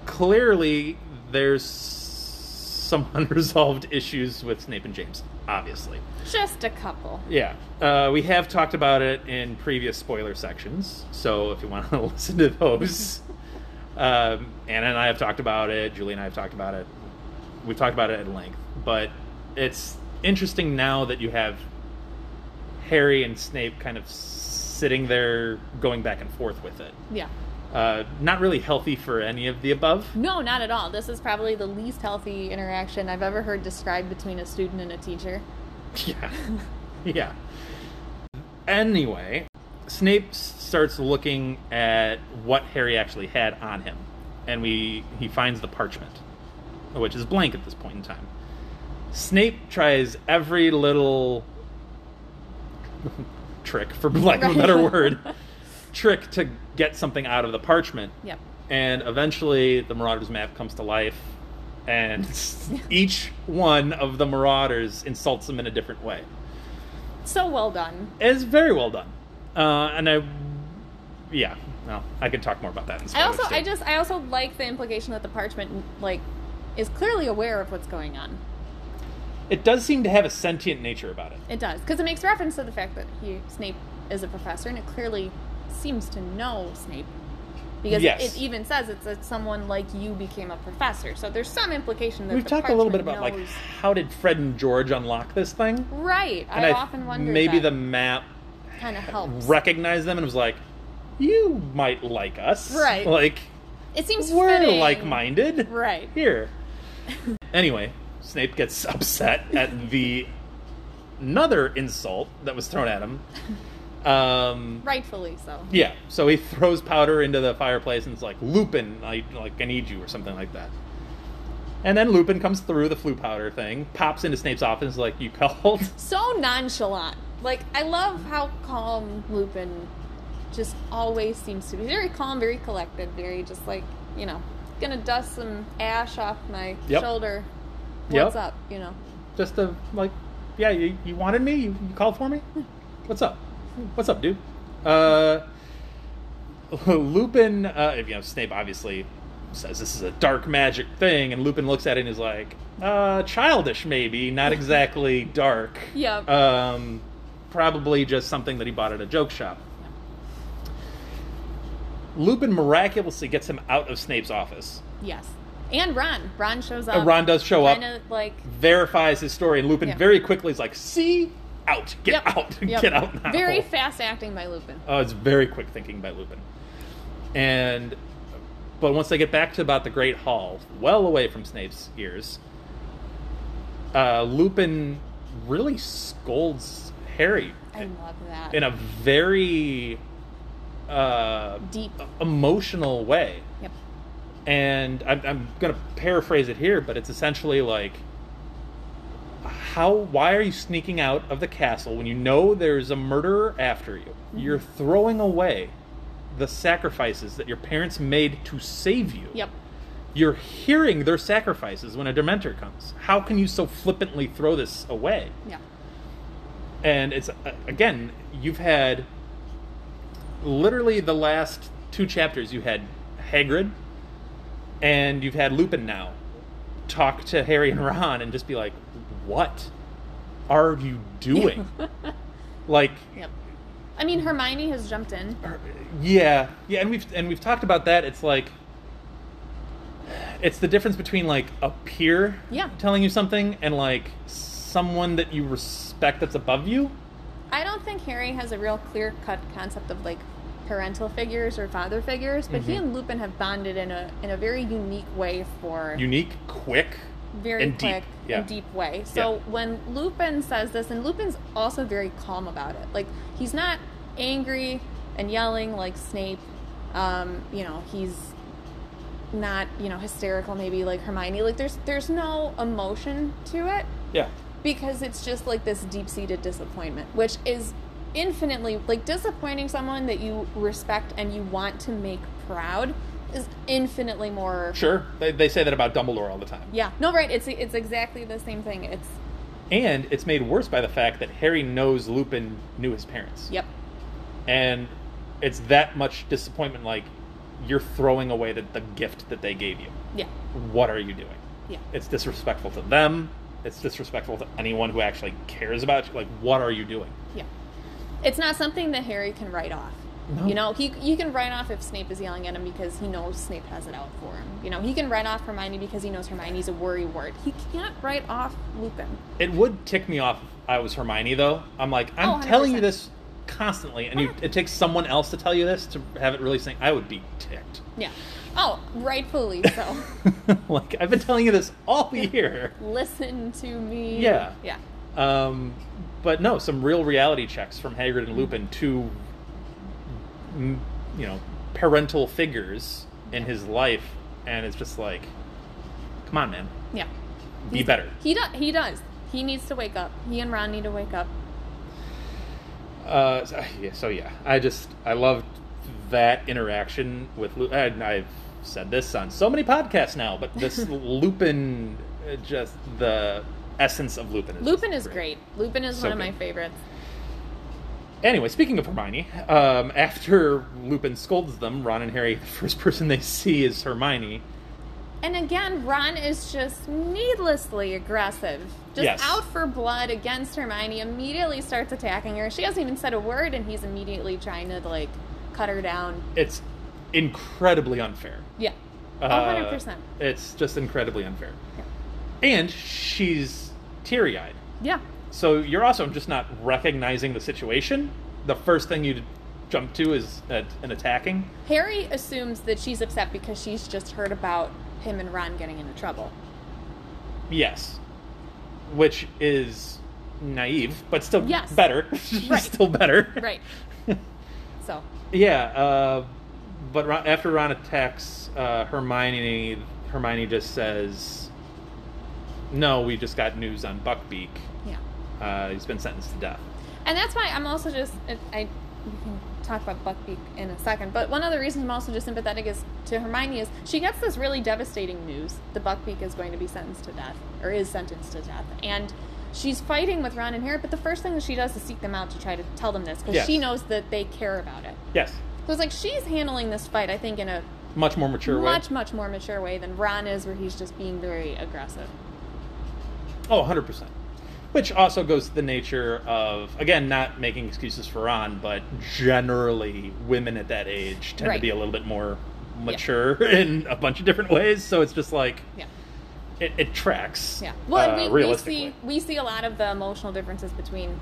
[SPEAKER 4] Clearly, there's some unresolved issues with Snape and James, obviously.
[SPEAKER 5] Just a couple.
[SPEAKER 4] Yeah, uh, we have talked about it in previous spoiler sections, so if you want to listen to those, um, Anna and I have talked about it. Julie and I have talked about it. We've talked about it at length, but it's interesting now that you have Harry and Snape kind of sitting there going back and forth with it.
[SPEAKER 5] Yeah.
[SPEAKER 4] Uh, not really healthy for any of the above.
[SPEAKER 5] No, not at all. This is probably the least healthy interaction I've ever heard described between a student and a teacher.
[SPEAKER 4] Yeah. yeah. Anyway, Snape s- starts looking at what Harry actually had on him, and we he finds the parchment, which is blank at this point in time. Snape tries every little trick, for lack of a better
[SPEAKER 5] Right.
[SPEAKER 4] word, trick to get something out of the parchment.
[SPEAKER 5] Yep.
[SPEAKER 4] And eventually, the Marauders map comes to life, and each one of the Marauders insults them in a different way.
[SPEAKER 5] So well done.
[SPEAKER 4] It's very well done, uh, and I, yeah, well, I could talk more about that. In
[SPEAKER 5] I
[SPEAKER 4] spoilers,
[SPEAKER 5] also,
[SPEAKER 4] too.
[SPEAKER 5] I just, I also like the implication that the parchment, like, is clearly aware of what's going on.
[SPEAKER 4] it does seem to have a sentient nature about it.
[SPEAKER 5] It does, because it makes reference to the fact that he Snape is a professor, and it clearly seems to know Snape, because
[SPEAKER 4] Yes.
[SPEAKER 5] it even says it's that someone like you became a professor. So there's some implication that
[SPEAKER 4] We've
[SPEAKER 5] the
[SPEAKER 4] talked a little bit about
[SPEAKER 5] parchment
[SPEAKER 4] like
[SPEAKER 5] knows-
[SPEAKER 4] how did Fred and George unlock this thing,
[SPEAKER 5] right.
[SPEAKER 4] and
[SPEAKER 5] I often wonder
[SPEAKER 4] maybe the
[SPEAKER 5] that
[SPEAKER 4] map
[SPEAKER 5] kind of helps.
[SPEAKER 4] recognized them and was like, "You might like us,
[SPEAKER 5] Right.
[SPEAKER 4] Like
[SPEAKER 5] it seems
[SPEAKER 4] we're
[SPEAKER 5] fitting.
[SPEAKER 4] like-minded,
[SPEAKER 5] Right.
[SPEAKER 4] Here. anyway, Snape gets upset at the another insult that was thrown at him. Um,
[SPEAKER 5] rightfully so.
[SPEAKER 4] Yeah, so he throws powder into the fireplace and it's like, Lupin, I, like, I need you, or something like that. And then Lupin comes through the flu powder thing, pops into Snape's office, like, you called?
[SPEAKER 5] So nonchalant. Like I love how calm Lupin just always seems to be. Very calm, very collected, very just like you know, gonna dust some ash off my
[SPEAKER 4] Yep.
[SPEAKER 5] shoulder.
[SPEAKER 4] Yep.
[SPEAKER 5] What's up? You know.
[SPEAKER 4] Just to, like, yeah, you, you wanted me? You, you called for me? What's up? What's up, dude? Uh, Lupin, uh, you know, Snape obviously says this is a dark magic thing, and Lupin looks at it and is like, uh, childish maybe, not exactly dark.
[SPEAKER 5] Yep.
[SPEAKER 4] Um, probably just something that he bought at a joke shop. Lupin miraculously gets him out of Snape's office,
[SPEAKER 5] Yes. And Ron. Ron shows
[SPEAKER 4] Uh,
[SPEAKER 5] up.
[SPEAKER 4] Ron does show up.
[SPEAKER 5] Kinda like
[SPEAKER 4] verifies his story, and Lupin
[SPEAKER 5] Yeah.
[SPEAKER 4] very quickly is like, "See, out, get
[SPEAKER 5] Yep.
[SPEAKER 4] out,
[SPEAKER 5] Yep.
[SPEAKER 4] get out now."
[SPEAKER 5] Very fast acting by Lupin.
[SPEAKER 4] Oh, it's very quick thinking by Lupin. And but once they get back to about the Great Hall, well away from Snape's ears, uh, Lupin really scolds Harry
[SPEAKER 5] I love that.
[SPEAKER 4] in a very uh,
[SPEAKER 5] Deep.
[SPEAKER 4] emotional way.
[SPEAKER 5] Yep.
[SPEAKER 4] And I'm, I'm going to paraphrase it here, but it's essentially like, how? Why are you sneaking out of the castle when you know there's a murderer after you? You're throwing away the sacrifices that your parents made to save you.
[SPEAKER 5] Yep.
[SPEAKER 4] You're hearing their sacrifices when a Dementor comes. How can you so flippantly throw this away?
[SPEAKER 5] Yeah.
[SPEAKER 4] and it's uh, again you've had literally the last two chapters you had Hagrid and you've had Lupin now talk to Harry and Ron and just be like what are you doing like
[SPEAKER 5] Yep. I mean Hermione has jumped in.
[SPEAKER 4] er, yeah yeah and we've and we've talked about that it's like it's the difference between like a peer
[SPEAKER 5] Yeah.
[SPEAKER 4] telling you something and like someone that you respect that's above you
[SPEAKER 5] I don't think Harry has a real clear cut concept of like parental figures or father figures, but
[SPEAKER 4] Mm-hmm.
[SPEAKER 5] he and Lupin have bonded in a in a very unique way for
[SPEAKER 4] unique quick
[SPEAKER 5] very
[SPEAKER 4] and deep,
[SPEAKER 5] quick
[SPEAKER 4] yeah.
[SPEAKER 5] and deep way. So
[SPEAKER 4] Yeah.
[SPEAKER 5] when Lupin says this, and Lupin's also very calm about it, like he's not angry and yelling like Snape. Um, you know, he's not, you know, hysterical maybe like Hermione. Like there's there's no emotion to it
[SPEAKER 4] Yeah.
[SPEAKER 5] because it's just like this deep-seated disappointment, which is infinitely like disappointing someone that you respect and you want to make proud is infinitely more
[SPEAKER 4] Sure. They, they say that about Dumbledore all the time.
[SPEAKER 5] yeah no right it's it's exactly the same thing it's
[SPEAKER 4] And it's made worse by the fact that Harry knows Lupin knew his parents.
[SPEAKER 5] yep
[SPEAKER 4] And it's that much disappointment like you're throwing away the, the gift that they gave you.
[SPEAKER 5] yeah
[SPEAKER 4] What are you doing?
[SPEAKER 5] yeah
[SPEAKER 4] It's disrespectful to them. It's disrespectful to anyone who actually cares about you. Like, what are you doing?
[SPEAKER 5] Yeah. It's not something that Harry can write off.
[SPEAKER 4] No.
[SPEAKER 5] You know, he you can write off if Snape is yelling at him because he knows Snape has it out for him. You know, he can write off Hermione because he knows Hermione's a worry word. He can't write off Lupin.
[SPEAKER 4] It would tick me off if I was Hermione, though. I'm like,
[SPEAKER 5] Oh,
[SPEAKER 4] I'm
[SPEAKER 5] 100%.
[SPEAKER 4] telling you this constantly, and you,
[SPEAKER 5] Yeah.
[SPEAKER 4] it takes someone else to tell you this to have it really sink. I would be ticked.
[SPEAKER 5] Yeah. Oh, rightfully so.
[SPEAKER 4] like, I've been telling you this all year.
[SPEAKER 5] Listen to me.
[SPEAKER 4] Yeah.
[SPEAKER 5] Yeah.
[SPEAKER 4] Um, but no, some real reality checks from Hagrid and Lupin to, mm, you know, parental figures in his life, and it's just like, come on, man,
[SPEAKER 5] Yeah.
[SPEAKER 4] be better.
[SPEAKER 5] He does. He does. He needs to wake up. He and Ron need to wake up.
[SPEAKER 4] Uh, so, yeah, so yeah, I just I loved that interaction with Lu- and I've said this on so many podcasts now, but this Lupin, uh, just the essence of Lupin. Is
[SPEAKER 5] Lupin
[SPEAKER 4] just
[SPEAKER 5] is great. Lupin is
[SPEAKER 4] So
[SPEAKER 5] one of
[SPEAKER 4] good.
[SPEAKER 5] my favorites.
[SPEAKER 4] Anyway, speaking of Hermione, um, after Lupin scolds them, Ron and Harry, the first person they see is Hermione.
[SPEAKER 5] And again, Ron is just needlessly aggressive. Just
[SPEAKER 4] Yes.
[SPEAKER 5] out for blood against Hermione, immediately starts attacking her. She hasn't even said a word, and he's immediately trying to, like, cut her down.
[SPEAKER 4] It's incredibly unfair.
[SPEAKER 5] Yeah.
[SPEAKER 4] Uh,
[SPEAKER 5] 100%.
[SPEAKER 4] It's just incredibly unfair. And she's teary eyed.
[SPEAKER 5] Yeah.
[SPEAKER 4] So you're also just not recognizing the situation. The first thing you jump to is a, an attacking.
[SPEAKER 5] Harry assumes that she's upset because she's just heard about him and Ron getting into trouble.
[SPEAKER 4] Yes, which is naive, but still
[SPEAKER 5] Yes.
[SPEAKER 4] better.
[SPEAKER 5] Right.
[SPEAKER 4] still better.
[SPEAKER 5] Right. so,
[SPEAKER 4] Yeah. Uh, but Ron, after Ron attacks uh, Hermione, Hermione just says, "No, we just got news on Buckbeak.
[SPEAKER 5] yeah.
[SPEAKER 4] Uh, he's been sentenced to death."
[SPEAKER 5] And that's why I'm also just I- I we can talk about Buckbeak in a second, but one of the reasons I'm also just sympathetic is to Hermione is she gets this really devastating news that Buckbeak is going to be sentenced to death or is sentenced to death, and she's fighting with Ron and Harry. But the first thing that she does is seek them out to try to tell them this because
[SPEAKER 4] Yes.
[SPEAKER 5] she knows that they care about it.
[SPEAKER 4] Yes,
[SPEAKER 5] So it's like she's handling this fight, I think, in a
[SPEAKER 4] much more mature
[SPEAKER 5] much
[SPEAKER 4] way.
[SPEAKER 5] much more mature way than Ron is, where he's just being very aggressive.
[SPEAKER 4] Oh, 100 percent. Which also goes to the nature of again not making excuses for Ron, but generally women at that age tend
[SPEAKER 5] Right.
[SPEAKER 4] to be a little bit more mature in a bunch of different ways. So it's just like
[SPEAKER 5] Yeah.
[SPEAKER 4] it, it tracks.
[SPEAKER 5] Yeah. Well,
[SPEAKER 4] uh,
[SPEAKER 5] and we, we
[SPEAKER 4] realistically.
[SPEAKER 5] see we see a lot of the emotional differences between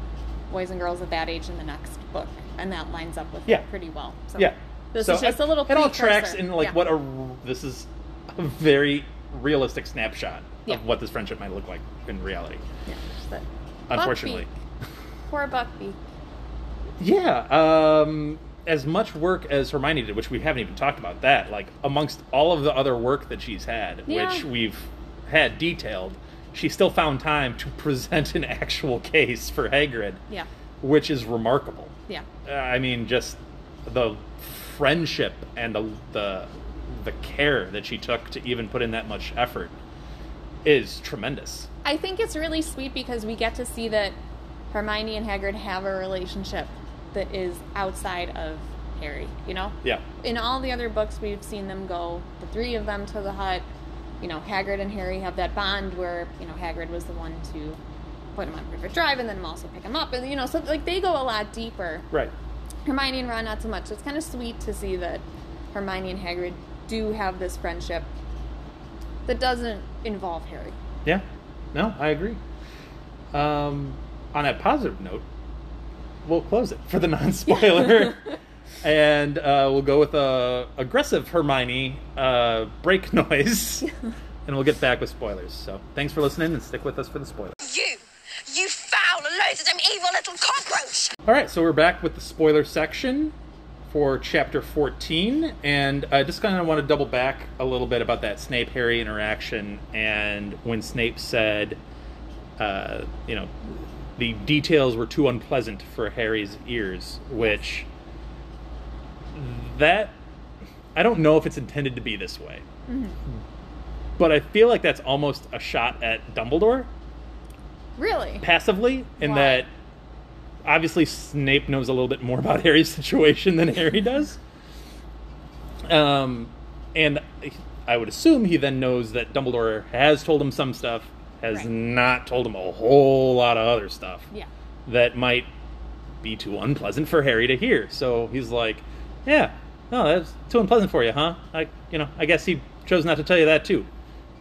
[SPEAKER 5] boys and girls at that age in the next book, and that lines up with
[SPEAKER 4] Yeah.
[SPEAKER 5] it pretty well. So
[SPEAKER 4] Yeah.
[SPEAKER 5] This
[SPEAKER 4] So
[SPEAKER 5] is just
[SPEAKER 4] it-
[SPEAKER 5] a little.
[SPEAKER 4] It all
[SPEAKER 5] precursor.
[SPEAKER 4] tracks in like
[SPEAKER 5] Yeah.
[SPEAKER 4] what a r- this is a very realistic snapshot
[SPEAKER 5] Yeah.
[SPEAKER 4] of what this friendship might look like in reality.
[SPEAKER 5] Yeah, just that.
[SPEAKER 4] Unfortunately.
[SPEAKER 5] Buckbeak. Poor Buckbeak.
[SPEAKER 4] Yeah. Um, as much work as Hermione did, which we haven't even talked about that, like amongst all of the other work that she's had,
[SPEAKER 5] Yeah.
[SPEAKER 4] which we've had detailed, she still found time to present an actual case for Hagrid,
[SPEAKER 5] Yeah.
[SPEAKER 4] which is remarkable.
[SPEAKER 5] Yeah.
[SPEAKER 4] Uh, I mean, just the friendship and the, the the care that she took to even put in that much effort is tremendous.
[SPEAKER 5] I think it's really sweet because we get to see that Hermione and Hagrid have a relationship that is outside of Harry. You know.
[SPEAKER 4] Yeah.
[SPEAKER 5] in all the other books we've seen them go the three of them to the hut you know hagrid and harry have that bond where you know hagrid was the one to put him on river drive and then also pick him up and you know so like they go a lot deeper
[SPEAKER 4] Right.
[SPEAKER 5] hermione and ron not so much so it's kind of sweet to see that hermione and hagrid do have this friendship that doesn't involve harry
[SPEAKER 4] Yeah. No, I agree. Um, on a positive note, we'll close it for the non spoiler. and uh, we'll go with a aggressive Hermione uh, break noise. and we'll get back with spoilers. So thanks for listening and stick with us for the spoilers.
[SPEAKER 6] You! You foul, loathsome, evil little cockroach!
[SPEAKER 4] All right, so we're back with the spoiler section for chapter 14 and i just kind of want to double back a little bit about that snape harry interaction and when snape said uh, you know the details were too unpleasant for harry's ears which that i don't know if it's intended to be this way but i feel like that's almost a shot at dumbledore
[SPEAKER 5] Really?
[SPEAKER 4] passively in
[SPEAKER 5] Why?
[SPEAKER 4] that obviously Snape knows a little bit more about Harry's situation than Harry does. Um, and I would assume he then knows that Dumbledore has told him some stuff, has
[SPEAKER 5] Right.
[SPEAKER 4] not told him a whole lot of other stuff
[SPEAKER 5] Yeah.
[SPEAKER 4] that might be too unpleasant for Harry to hear. So he's like, "Yeah, no, that's too unpleasant for you, huh? I, you know, I guess he chose not to tell you that too.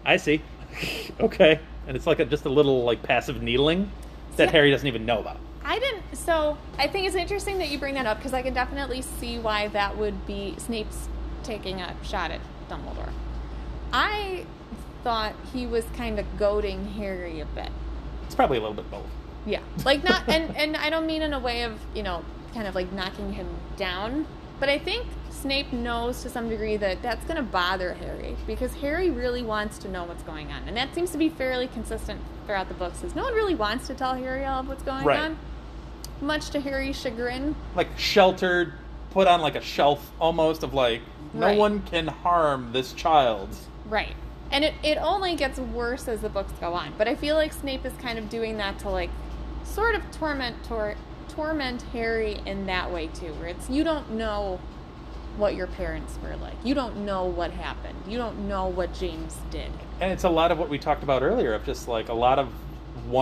[SPEAKER 4] I see. okay." And it's like a, just a little like passive needling that
[SPEAKER 5] See,
[SPEAKER 4] Harry doesn't even know about.
[SPEAKER 5] I didn't. So I think it's interesting that you bring that up because I can definitely see why that would be Snape's taking a shot at Dumbledore. I thought he was kind of goading Harry a bit.
[SPEAKER 4] It's probably a little bit both.
[SPEAKER 5] Yeah. Like not and and I don't mean in a way of, you know, kind of like knocking him down, but I think Snape knows to some degree that that's going to bother Harry because Harry really wants to know what's going on. And that seems to be fairly consistent throughout the books. Is no one really wants to tell Harry all of what's going
[SPEAKER 4] Right.
[SPEAKER 5] on? Much to Harry's chagrin.
[SPEAKER 4] Like sheltered, put on like a shelf almost of like no
[SPEAKER 5] Right.
[SPEAKER 4] one can harm this child.
[SPEAKER 5] Right. And it, it only gets worse as the books go on. But I feel like Snape is kind of doing that to like sort of torment tor- torment Harry in that way too, where it's you don't know what your parents were like. You don't know what happened. You don't know what James did.
[SPEAKER 4] And it's a lot of what we talked about earlier of just like a lot of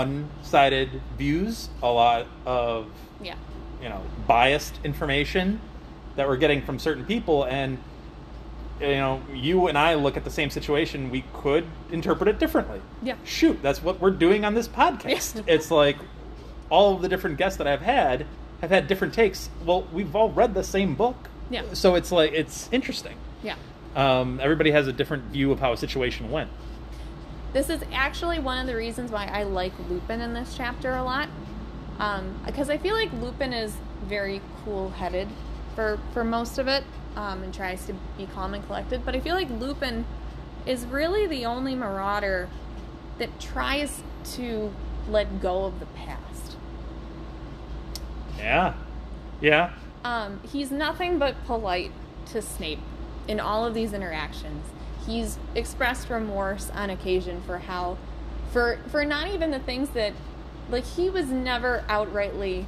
[SPEAKER 4] one-sided views, a lot of
[SPEAKER 5] Yeah.
[SPEAKER 4] you know biased information that we're getting from certain people and you know you and i look at the same situation we could interpret it differently
[SPEAKER 5] Yeah.
[SPEAKER 4] shoot that's what we're doing on this podcast it's like all of the different guests that i've had have had different takes well we've all read the same book
[SPEAKER 5] Yeah.
[SPEAKER 4] so it's like it's interesting
[SPEAKER 5] Yeah.
[SPEAKER 4] um, everybody has a different view of how a situation went
[SPEAKER 5] This is actually one of the reasons why I like Lupin in this chapter a lot. Um, because I feel like Lupin is very cool headed for, for most of it um, and tries to be calm and collected. But I feel like Lupin is really the only marauder that tries to let go of the past.
[SPEAKER 4] yeah yeah
[SPEAKER 5] Um, he's nothing but polite to Snape in all of these interactions. He's expressed remorse on occasion for how, for for not even the things that, like he was never outrightly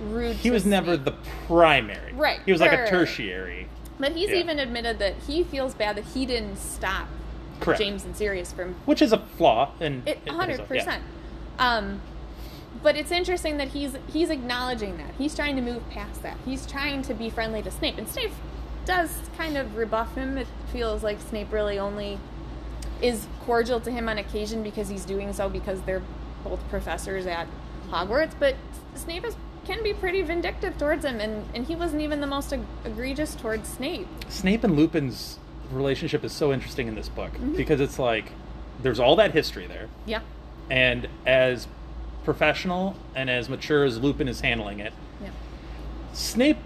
[SPEAKER 5] rude.
[SPEAKER 4] he
[SPEAKER 5] to
[SPEAKER 4] was never
[SPEAKER 5] Snape.
[SPEAKER 4] the primary
[SPEAKER 5] Right,
[SPEAKER 4] he was like
[SPEAKER 5] right,
[SPEAKER 4] a
[SPEAKER 5] right, right.
[SPEAKER 4] tertiary
[SPEAKER 5] But he's
[SPEAKER 4] yeah.
[SPEAKER 5] even admitted that he feels bad that he didn't stop
[SPEAKER 4] correct
[SPEAKER 5] James and Sirius from
[SPEAKER 4] which is a flaw and
[SPEAKER 5] it. Hundred percent. Um, but it's interesting that he's he's acknowledging that he's trying to move past that. He's trying to be friendly to Snape, and Snape does kind of rebuff him. It feels like Snape really only is cordial to him on occasion because he's doing so because they're both professors at Hogwarts. But Snape is, can be pretty vindictive towards him, and and he wasn't even the most eg- egregious towards Snape.
[SPEAKER 4] Snape and Lupin's relationship is so interesting in this book
[SPEAKER 5] Mm-hmm.
[SPEAKER 4] because it's like there's all that history there,
[SPEAKER 5] Yeah,
[SPEAKER 4] and as professional and as mature as Lupin is handling it,
[SPEAKER 5] yeah,
[SPEAKER 4] Snape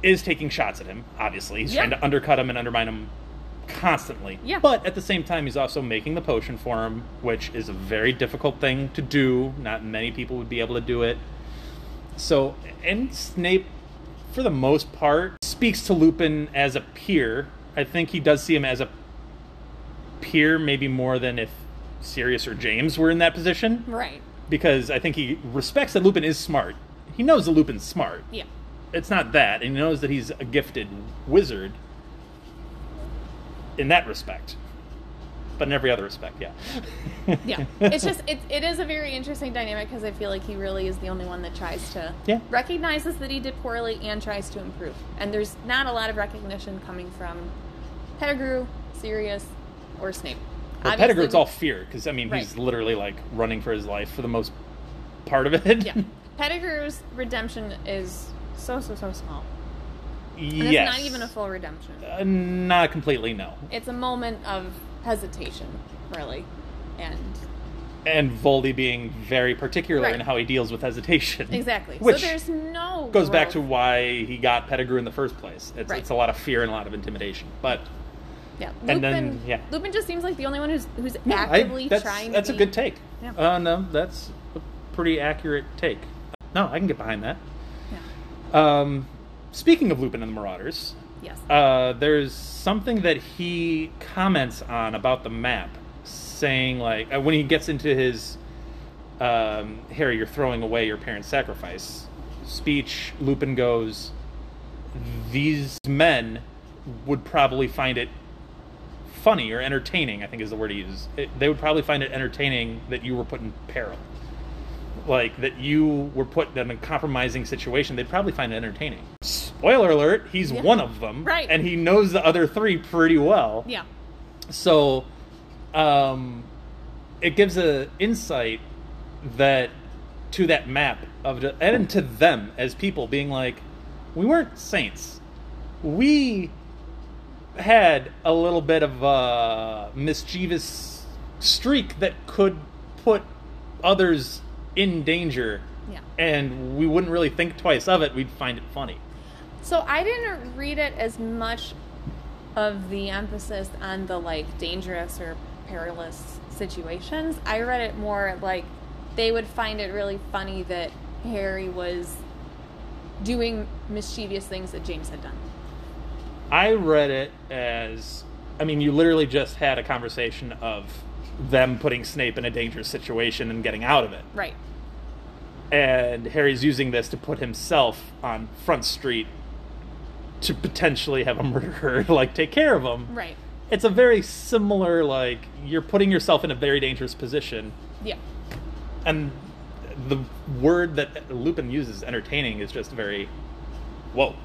[SPEAKER 4] is taking shots at him. Obviously, he's
[SPEAKER 5] Yeah.
[SPEAKER 4] trying to undercut him and undermine him constantly.
[SPEAKER 5] Yeah.
[SPEAKER 4] But at the same time, he's also making the potion for him, which is a very difficult thing to do. Not many people would be able to do it. So, and Snape, for the most part, speaks to Lupin as a peer. I think he does see him as a peer, maybe more than if Sirius or James were in that position,
[SPEAKER 5] right,
[SPEAKER 4] because I think he respects that Lupin is smart. He knows that Lupin's smart
[SPEAKER 5] yeah,
[SPEAKER 4] it's not that, and he knows that he's a gifted wizard in that respect, but in every other respect, yeah.
[SPEAKER 5] yeah. it's just it, it is a very interesting dynamic because I feel like he really is the only one that tries to
[SPEAKER 4] Yeah.
[SPEAKER 5] recognizes that he did poorly and tries to improve. And there's not a lot of recognition coming from Pettigrew, Sirius, or Snape.
[SPEAKER 4] Well,
[SPEAKER 5] Obviously,
[SPEAKER 4] Pettigrew's all fear because I mean he's
[SPEAKER 5] Right.
[SPEAKER 4] literally like running for his life for the most part of it.
[SPEAKER 5] yeah. Pettigrew's redemption is so so so small. And it's
[SPEAKER 4] yes.
[SPEAKER 5] not even a full redemption.
[SPEAKER 4] Uh, not completely. No.
[SPEAKER 5] It's a moment of hesitation, really, and
[SPEAKER 4] and Voldy being very particular
[SPEAKER 5] Right.
[SPEAKER 4] in how he deals with hesitation.
[SPEAKER 5] Exactly.
[SPEAKER 4] Which
[SPEAKER 5] so there's no
[SPEAKER 4] goes back to
[SPEAKER 5] growth.
[SPEAKER 4] why he got Pettigrew in the first place. It's,
[SPEAKER 5] Right.
[SPEAKER 4] it's a lot of fear and a lot of intimidation. But
[SPEAKER 5] yeah. Lupin,
[SPEAKER 4] and then- yeah.
[SPEAKER 5] Lupin just seems like the only one who's who's
[SPEAKER 4] No, I-
[SPEAKER 5] actively
[SPEAKER 4] that's,
[SPEAKER 5] trying.
[SPEAKER 4] That's
[SPEAKER 5] to
[SPEAKER 4] a
[SPEAKER 5] be-
[SPEAKER 4] good take.
[SPEAKER 5] Yeah.
[SPEAKER 4] Uh, no, that's a pretty accurate take. No, I can get behind that.
[SPEAKER 5] Yeah.
[SPEAKER 4] Um, speaking of Lupin and the Marauders,
[SPEAKER 5] Yes.
[SPEAKER 4] uh, there's something that he comments on about the map, saying like uh, when he gets into his um, Harry, you're throwing away your parents' sacrifice speech. Lupin goes, these men would probably find it funny or entertaining. I think is the word he uses. It, they would probably find it entertaining that you were put in peril. Like that, you were put in a compromising situation. They'd probably find it entertaining. Spoiler alert: He's
[SPEAKER 5] Yeah.
[SPEAKER 4] one of them,
[SPEAKER 5] Right.
[SPEAKER 4] And he knows the other three pretty well.
[SPEAKER 5] yeah.
[SPEAKER 4] So, um, it gives a insight that to that map of the- and to them as people being like, we weren't saints. We had a little bit of a mischievous streak that could put others in danger.
[SPEAKER 5] Yeah.
[SPEAKER 4] And we wouldn't really think twice of it. We'd find it funny.
[SPEAKER 5] So I didn't read it as much of the emphasis on the like dangerous or perilous situations. I read it more like they would find it really funny that Harry was doing mischievous things that James had done.
[SPEAKER 4] I read it as I mean, you literally just had a conversation of them putting Snape in a dangerous situation and getting out of it.
[SPEAKER 5] Right.
[SPEAKER 4] And Harry's using this to put himself on Front Street to potentially have a murderer like take care of him.
[SPEAKER 5] Right.
[SPEAKER 4] It's a very similar like you're putting yourself in a very dangerous position
[SPEAKER 5] Yeah.
[SPEAKER 4] and the word that Lupin uses entertaining is just very whoa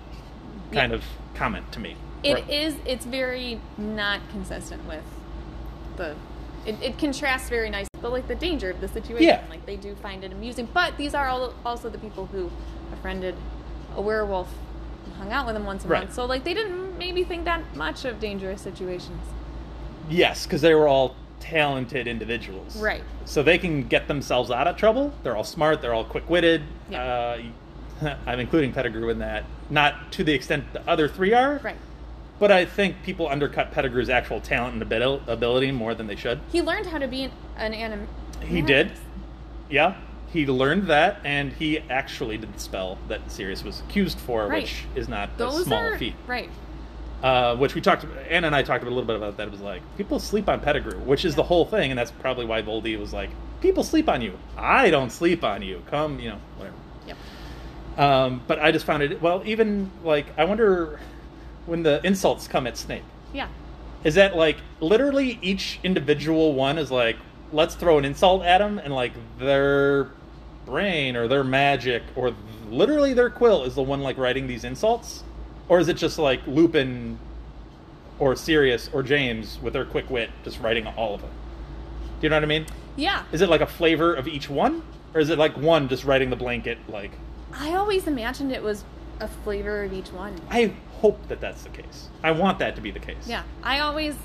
[SPEAKER 4] kind
[SPEAKER 5] Yeah.
[SPEAKER 4] of comment to me.
[SPEAKER 5] It
[SPEAKER 4] Right.
[SPEAKER 5] is- It's very not consistent with the. It, it contrasts very nicely, but like the danger of the situation,
[SPEAKER 4] Yeah.
[SPEAKER 5] like they do find it amusing. But these are all, also the people who befriended a werewolf, and hung out with him once a
[SPEAKER 4] Right.
[SPEAKER 5] month, so like they didn't maybe think that much of dangerous situations.
[SPEAKER 4] Yes, because they were all talented individuals.
[SPEAKER 5] Right.
[SPEAKER 4] So they can get themselves out of trouble. They're all smart. They're all quick witted.
[SPEAKER 5] Yeah.
[SPEAKER 4] Uh, I'm including Pettigrew in that. Not to the extent the other three are.
[SPEAKER 5] Right.
[SPEAKER 4] But I think people undercut Pettigrew's actual talent and abil- ability more than they should.
[SPEAKER 5] He learned how to be an, an anim.
[SPEAKER 4] He did. Yeah. He learned that, and he actually did the spell that Sirius was accused for,
[SPEAKER 5] Right.
[SPEAKER 4] which is not a
[SPEAKER 5] Those
[SPEAKER 4] small
[SPEAKER 5] are
[SPEAKER 4] feat.
[SPEAKER 5] right.
[SPEAKER 4] uh, which we talked Anna and I talked a little bit about that. It was like people sleep on Pettigrew, which is the whole thing, and that's probably why Voldy was like, people sleep on you. I don't sleep on you. Come, you know, whatever.
[SPEAKER 5] Yep.
[SPEAKER 4] Um, but I just found it well, even like I wonder when the insults come at Snape.
[SPEAKER 5] Yeah.
[SPEAKER 4] Is that like literally each individual one is like, let's throw an insult at him, and like their brain or their magic or literally their quill is the one like writing these insults? Or is it just like Lupin or Sirius or James with their quick wit just writing all of them? Do you know what I mean?
[SPEAKER 5] Yeah.
[SPEAKER 4] Is it like a flavor of each one? Or is it like one just writing the blanket? Like,
[SPEAKER 5] I always imagined it was a flavor of each one.
[SPEAKER 4] I hope that that's the case. I want that to be the case.
[SPEAKER 5] Yeah, I always,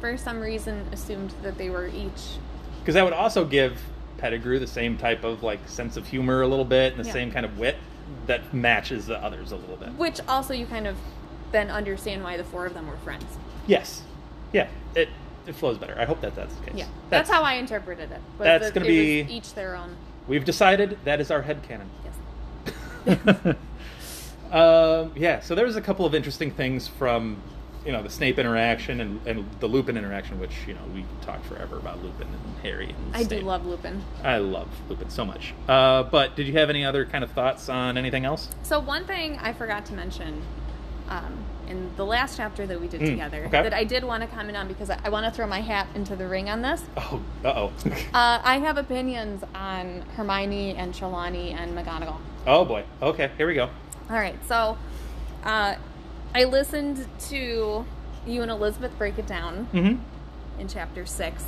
[SPEAKER 5] for some reason, assumed that they were each.
[SPEAKER 4] because that would also give Pettigrew the same type of like sense of humor a little bit and the
[SPEAKER 5] Yeah.
[SPEAKER 4] same kind of wit that matches the others a little bit.
[SPEAKER 5] Which also you kind of then understand why the four of them were friends.
[SPEAKER 4] Yes, yeah, it it flows better. I hope that that's the case.
[SPEAKER 5] Yeah, that's, how I interpreted it. was
[SPEAKER 4] that's
[SPEAKER 5] that
[SPEAKER 4] gonna
[SPEAKER 5] it was
[SPEAKER 4] be-
[SPEAKER 5] each their own.
[SPEAKER 4] we've decided that is our headcanon.
[SPEAKER 5] Yes.
[SPEAKER 4] um, yeah, so there's a couple of interesting things from you know the Snape interaction and, and the Lupin interaction, which you know we talked forever about Lupin and Harry. And
[SPEAKER 5] I do
[SPEAKER 4] Snape.
[SPEAKER 5] love Lupin.
[SPEAKER 4] I love Lupin so much. Uh, but did you have any other kind of thoughts on anything else?
[SPEAKER 5] So one thing I forgot to mention um, in the last chapter that we did
[SPEAKER 4] Mm,
[SPEAKER 5] together
[SPEAKER 4] okay.
[SPEAKER 5] that I did want to comment on because I, I want to throw my hat into the ring on this.
[SPEAKER 4] Oh, uh oh.
[SPEAKER 5] Uh, I have opinions on Hermione and Trelawney and McGonagall.
[SPEAKER 4] Oh boy. Okay, here we go.
[SPEAKER 5] All right, so uh, I listened to you and Elizabeth break it down
[SPEAKER 4] Mm-hmm.
[SPEAKER 5] in chapter six,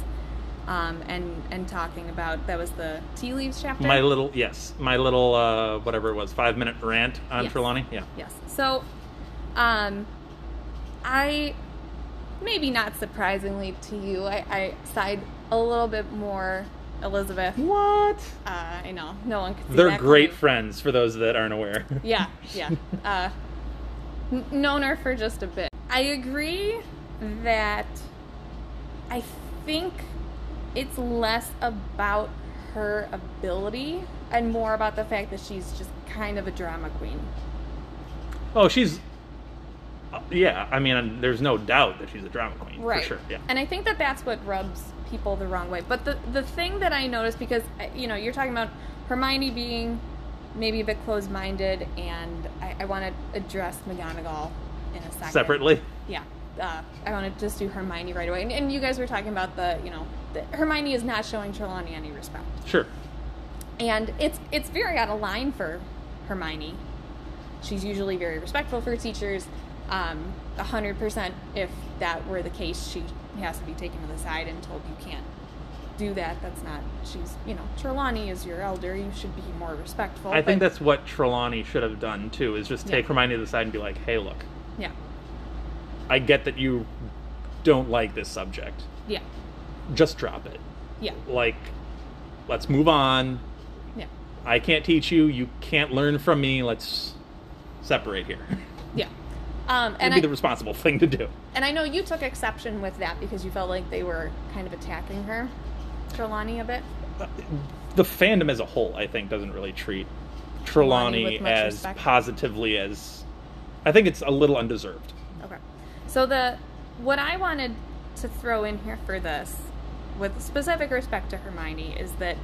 [SPEAKER 5] um, and and talking about that was the tea leaves chapter.
[SPEAKER 4] My little yes, my little uh, whatever it was, five minute rant on
[SPEAKER 5] Yes.
[SPEAKER 4] Trelawney. Yeah.
[SPEAKER 5] yes. So, um, I maybe not surprisingly to you, I, I side a little bit more Elizabeth. Uh,
[SPEAKER 4] What?
[SPEAKER 5] I know. No one could see
[SPEAKER 4] They're
[SPEAKER 5] that
[SPEAKER 4] great
[SPEAKER 5] coming.
[SPEAKER 4] friends for those that aren't aware.
[SPEAKER 5] Yeah, yeah. Uh, n- known her for just a bit. I agree that I think it's less about her ability and more about the fact that she's just kind of a drama queen.
[SPEAKER 4] Oh, she's. uh, Yeah, I mean, there's no doubt that she's a drama queen
[SPEAKER 5] Right.
[SPEAKER 4] for sure. Yeah.
[SPEAKER 5] And I think that that's what rubs people the wrong way. But the the thing that I noticed because uh, you know you're talking about Hermione being maybe a bit closed minded, and I, I want to address McGonagall in a second
[SPEAKER 4] Separately.
[SPEAKER 5] yeah, uh, I want to just do Hermione right away. And, and you guys were talking about the, you know, the, Hermione is not showing Trelawney any respect,
[SPEAKER 4] Sure.
[SPEAKER 5] and it's it's very out of line for Hermione. She's usually very respectful for teachers. Um, a hundred percent, if that were the case, she has to be taken to the side and told you can't do that. That's not. She's, you know, Trelawney is your elder. You should be more respectful.
[SPEAKER 4] I think
[SPEAKER 5] but-
[SPEAKER 4] that's what Trelawney should have done too. Is just take
[SPEAKER 5] Yeah.
[SPEAKER 4] Hermione to the side and be like, "Hey, look,
[SPEAKER 5] yeah,
[SPEAKER 4] I get that you don't like this subject.
[SPEAKER 5] yeah,
[SPEAKER 4] Just drop it.
[SPEAKER 5] yeah,
[SPEAKER 4] Like, let's move on.
[SPEAKER 5] yeah,
[SPEAKER 4] I can't teach you. You can't learn from me. Let's separate here.
[SPEAKER 5] yeah. Um,
[SPEAKER 4] It'd
[SPEAKER 5] and
[SPEAKER 4] be
[SPEAKER 5] I,
[SPEAKER 4] the responsible thing to do.
[SPEAKER 5] And I know you took exception with that because you felt like they were kind of attacking her, Trelawney, a bit.
[SPEAKER 4] the fandom as a whole, I think, doesn't really treat
[SPEAKER 5] Trelawney
[SPEAKER 4] Trelawney
[SPEAKER 5] with much
[SPEAKER 4] as
[SPEAKER 5] respect.
[SPEAKER 4] positively as. I think it's a little undeserved.
[SPEAKER 5] Okay. So the what I wanted to throw in here for this, with specific respect to Hermione, is that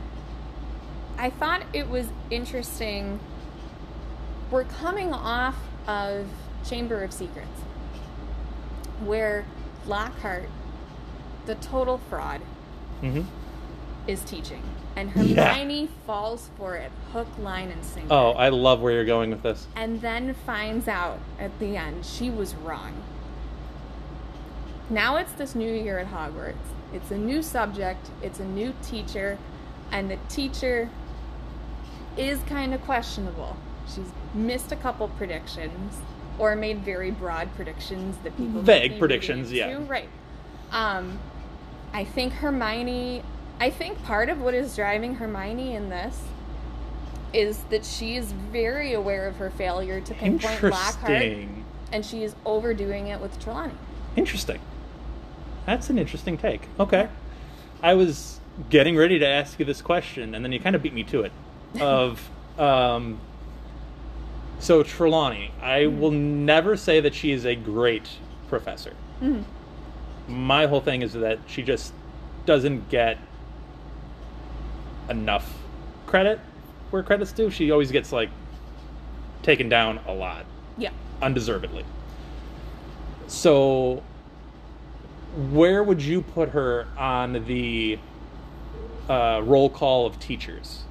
[SPEAKER 5] I thought it was interesting. We're coming off of Chamber of Secrets, where Lockhart, the total fraud,
[SPEAKER 4] Mm-hmm.
[SPEAKER 5] is teaching, and
[SPEAKER 4] Yeah.
[SPEAKER 5] Hermione falls for it, hook, line, and sinker.
[SPEAKER 4] Oh, I love where you're going with this.
[SPEAKER 5] and then finds out at the end she was wrong. Now it's this new year at Hogwarts. It's a new subject, it's a new teacher, and the teacher is kind of questionable. She's missed a couple predictions or made very broad predictions that people might
[SPEAKER 4] Vague
[SPEAKER 5] be
[SPEAKER 4] predictions,
[SPEAKER 5] reading
[SPEAKER 4] yeah.
[SPEAKER 5] into. Right. Um, I think Hermione, I think part of what is driving Hermione in this is that she is very aware of her failure to pinpoint Lockhart,
[SPEAKER 4] Interesting.
[SPEAKER 5] and she is overdoing it with Trelawney.
[SPEAKER 4] Interesting. That's an interesting take. Okay. I was getting ready to ask you this question, and then you kind of beat me to it. Of, um, so Trelawney, I will never say that she is a great professor. My whole thing is that she just doesn't get enough credit where credit's due. She always gets like taken down a lot
[SPEAKER 5] Yeah.
[SPEAKER 4] undeservedly. So, where would you put her on the uh, roll call of teachers?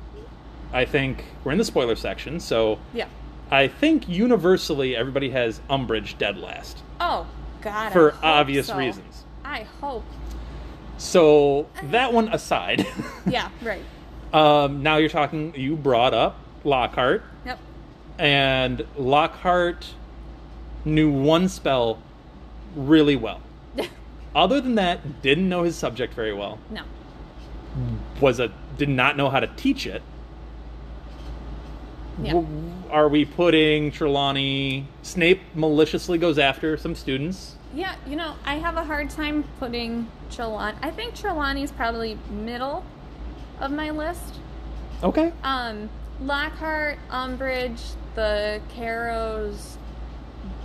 [SPEAKER 4] I think we're in the spoiler section, so
[SPEAKER 5] Yeah.
[SPEAKER 4] I think universally everybody has Umbridge dead last
[SPEAKER 5] Oh, God. I
[SPEAKER 4] for
[SPEAKER 5] hope
[SPEAKER 4] obvious
[SPEAKER 5] so.
[SPEAKER 4] reasons.
[SPEAKER 5] I hope.
[SPEAKER 4] So that one aside,
[SPEAKER 5] Yeah, right.
[SPEAKER 4] um, now you're talking. You brought up Lockhart,
[SPEAKER 5] Yep.
[SPEAKER 4] and Lockhart knew one spell really well. Other than that, didn't know his subject very well.
[SPEAKER 5] no.
[SPEAKER 4] Was a did not know how to teach it.
[SPEAKER 5] Yeah.
[SPEAKER 4] W- Are we putting Trelawney? Snape maliciously goes after some students.
[SPEAKER 5] Yeah, you know, I have a hard time putting Trelawney. I think Trelawney's probably middle of my list.
[SPEAKER 4] Okay.
[SPEAKER 5] Um, Lockhart, Umbridge, the Caros,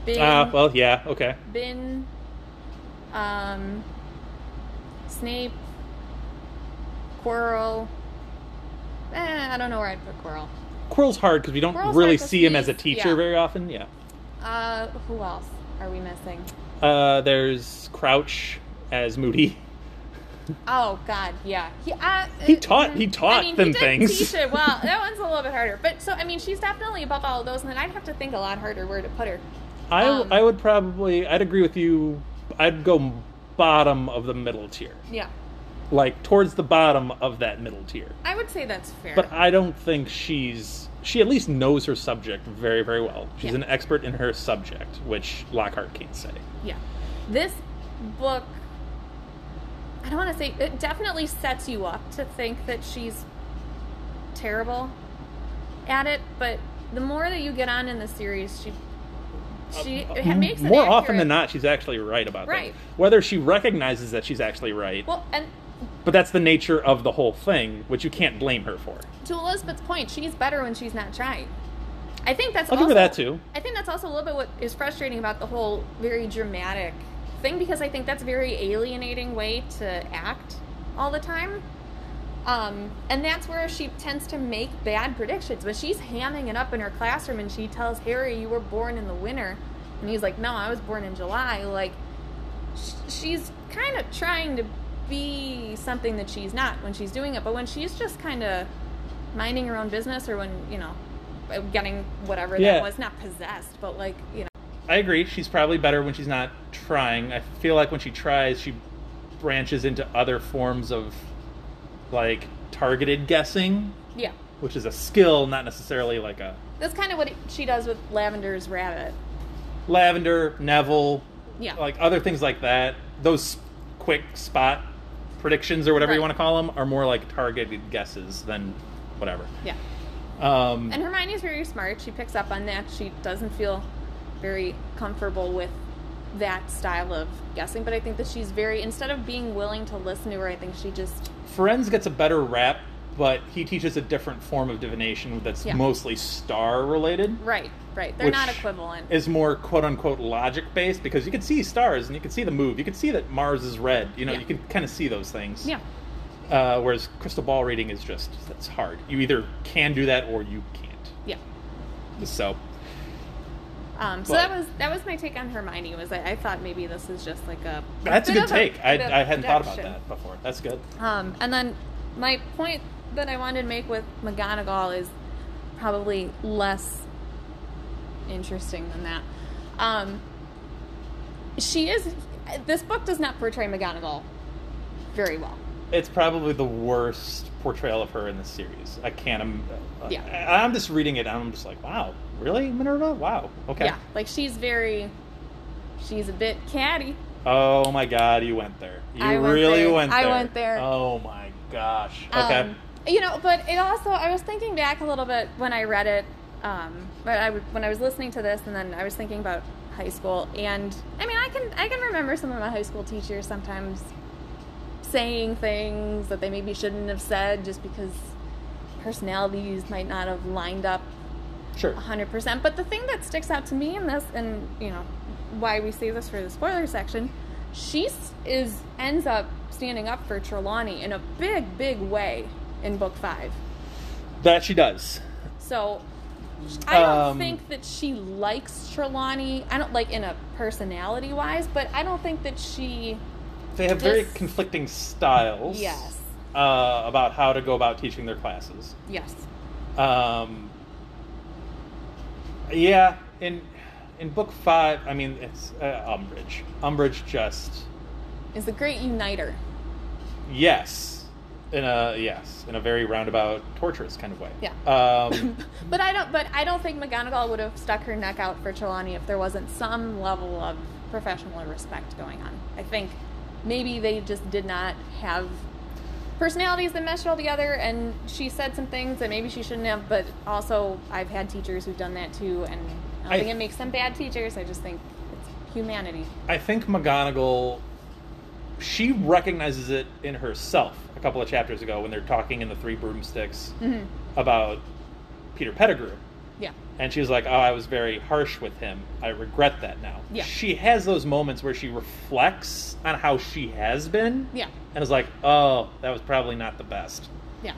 [SPEAKER 5] Bin,
[SPEAKER 4] Ah, well, yeah. Okay.
[SPEAKER 5] Bin, um, Snape, Quirrell. Eh, I don't know where I'd put Quirrell.
[SPEAKER 4] Quirrell's hard because we don't
[SPEAKER 5] Quirrell's
[SPEAKER 4] really
[SPEAKER 5] hard to
[SPEAKER 4] see him as a
[SPEAKER 5] sneeze,
[SPEAKER 4] teacher
[SPEAKER 5] yeah.
[SPEAKER 4] very often. Yeah.
[SPEAKER 5] Uh, who else are we missing?
[SPEAKER 4] Uh, there's Crouch as Moody.
[SPEAKER 5] Oh God, yeah. He, uh,
[SPEAKER 4] He taught- he
[SPEAKER 5] mm,
[SPEAKER 4] taught them
[SPEAKER 5] he did
[SPEAKER 4] things.
[SPEAKER 5] Teach it well. That one's a little bit harder, but so I mean, she's definitely above all of those, and then I'd have to think a lot harder where to put her.
[SPEAKER 4] I,
[SPEAKER 5] Um,
[SPEAKER 4] I would probably I'd agree with you. I'd go bottom of the middle tier,
[SPEAKER 5] Yeah,
[SPEAKER 4] like towards the bottom of that middle tier.
[SPEAKER 5] I would say that's fair.
[SPEAKER 4] But I don't think she's she at least knows her subject very very well. She's
[SPEAKER 5] Yeah.
[SPEAKER 4] an expert in her subject, which Lockhart can't say.
[SPEAKER 5] yeah, this book. I don't want to say it definitely sets you up to think that she's terrible at it, but the more that you get on in the series, she she it makes it
[SPEAKER 4] Uh, More often
[SPEAKER 5] accurate.
[SPEAKER 4] than not, she's actually right about
[SPEAKER 5] Right.
[SPEAKER 4] things. Whether she recognizes that she's actually right,
[SPEAKER 5] Well, and
[SPEAKER 4] but that's the nature of the whole thing, which you can't blame her for.
[SPEAKER 5] to Elizabeth's point, she's better when she's not trying. I think that's
[SPEAKER 4] I'll give
[SPEAKER 5] also,
[SPEAKER 4] her that, too.
[SPEAKER 5] I think that's also a little bit what is frustrating about the whole very dramatic thing because I think that's a very alienating way to act all the time. Um, and that's where she tends to make bad predictions. But she's hamming it up in her classroom and she tells Harry, You were born in the winter. And he's like, No, I was born in July. Like, sh- she's kind of trying to be something that she's not when she's doing it. But when she's just kind of minding her own business or when, you know, uh, getting whatever
[SPEAKER 4] Yeah.
[SPEAKER 5] that was, not possessed, but like, you know.
[SPEAKER 4] I agree. She's probably better when she's not trying. I feel like when she tries, she branches into other forms of like targeted guessing,
[SPEAKER 5] Yeah.
[SPEAKER 4] which is a skill, not necessarily like a
[SPEAKER 5] That's kind of what she does with Lavender's rabbit.
[SPEAKER 4] lavender, Neville,
[SPEAKER 5] Yeah.
[SPEAKER 4] like other things like that. Those quick spot predictions or whatever you
[SPEAKER 5] Right.
[SPEAKER 4] want to call them are more like targeted guesses than whatever.
[SPEAKER 5] yeah.
[SPEAKER 4] Um,
[SPEAKER 5] And Hermione's very smart. She picks up on that. She doesn't feel very comfortable with that style of guessing, but I think that she's very instead of being willing to listen to her, I think she just
[SPEAKER 4] Ferenz gets a better rap, but he teaches a different form of divination that's
[SPEAKER 5] Yeah.
[SPEAKER 4] mostly star related.
[SPEAKER 5] right, right. They're
[SPEAKER 4] which
[SPEAKER 5] not equivalent.
[SPEAKER 4] Is more quote unquote logic based because you can see stars and you can see the move. You can see that Mars is red. You know,
[SPEAKER 5] Yeah.
[SPEAKER 4] you can kind of see those things.
[SPEAKER 5] yeah.
[SPEAKER 4] Uh, whereas crystal ball reading is just that's hard. You either can do that or you can't.
[SPEAKER 5] Yeah.
[SPEAKER 4] So
[SPEAKER 5] Um, so
[SPEAKER 4] But-
[SPEAKER 5] that was that was my take on Hermione. Was I, I thought maybe this is just like a
[SPEAKER 4] that's a
[SPEAKER 5] bit
[SPEAKER 4] good
[SPEAKER 5] of
[SPEAKER 4] take.
[SPEAKER 5] bit of
[SPEAKER 4] I, I hadn't thought about
[SPEAKER 5] production.
[SPEAKER 4] that before. That's good.
[SPEAKER 5] Um, and then my point that I wanted to make with McGonagall is probably less interesting than that. Um, she is. This book does not portray McGonagall very well.
[SPEAKER 4] It's probably the worst portrayal of her in the series. I can't. I'm, uh,
[SPEAKER 5] Yeah.
[SPEAKER 4] I, I'm just reading it. and I'm just like, wow, really, Minerva? Wow. Okay.
[SPEAKER 5] Yeah, like she's very. She's a bit catty.
[SPEAKER 4] Oh my god, you went there. You
[SPEAKER 5] I went
[SPEAKER 4] really
[SPEAKER 5] there.
[SPEAKER 4] went
[SPEAKER 5] I
[SPEAKER 4] there.
[SPEAKER 5] went there.
[SPEAKER 4] Oh my gosh. Okay.
[SPEAKER 5] Um, you know, but it also, I was thinking back a little bit when I read it, um, but I, would- when I was listening to this, and then I was thinking about high school, and I mean, I can I can remember some of my high school teachers sometimes saying things that they maybe shouldn't have said just because personalities might not have lined up
[SPEAKER 4] sure.
[SPEAKER 5] 100%. But the thing that sticks out to me in this, and you know, why we say this for the spoiler section, she s- is ends up standing up for Trelawney in a big, big way in book five.
[SPEAKER 4] That she does.
[SPEAKER 5] So I don't
[SPEAKER 4] Um,
[SPEAKER 5] think that she likes Trelawney. I don't like in a personality wise, but I don't think that she.
[SPEAKER 4] They have very
[SPEAKER 5] This-
[SPEAKER 4] conflicting styles.
[SPEAKER 5] Yes.
[SPEAKER 4] Uh, about how to go about teaching their classes.
[SPEAKER 5] Yes.
[SPEAKER 4] Um, yeah, in in book five, I mean, it's uh, Umbridge. Umbridge just
[SPEAKER 5] Is a great uniter.
[SPEAKER 4] yes, in a yes, in a very roundabout, torturous kind of way.
[SPEAKER 5] Yeah.
[SPEAKER 4] Um,
[SPEAKER 5] But I don't. But I don't think McGonagall would have stuck her neck out for Trelawney if there wasn't some level of professional respect going on. I think maybe they just did not have personalities that meshed well together, and she said some things that maybe she shouldn't have. But also, I've had teachers who've done that too, and I don't
[SPEAKER 4] I-
[SPEAKER 5] think it makes them bad teachers. I just think it's humanity.
[SPEAKER 4] I think McGonagall, she recognizes it in herself a couple of chapters ago when they're talking in the Three Broomsticks
[SPEAKER 5] Mm-hmm.
[SPEAKER 4] about Peter Pettigrew.
[SPEAKER 5] Yeah.
[SPEAKER 4] And she's like, oh, I was very harsh with him. I regret that now.
[SPEAKER 5] Yeah.
[SPEAKER 4] She has those moments where she reflects on how she has been
[SPEAKER 5] Yeah.
[SPEAKER 4] and is like, oh, that was probably not the best.
[SPEAKER 5] Yeah.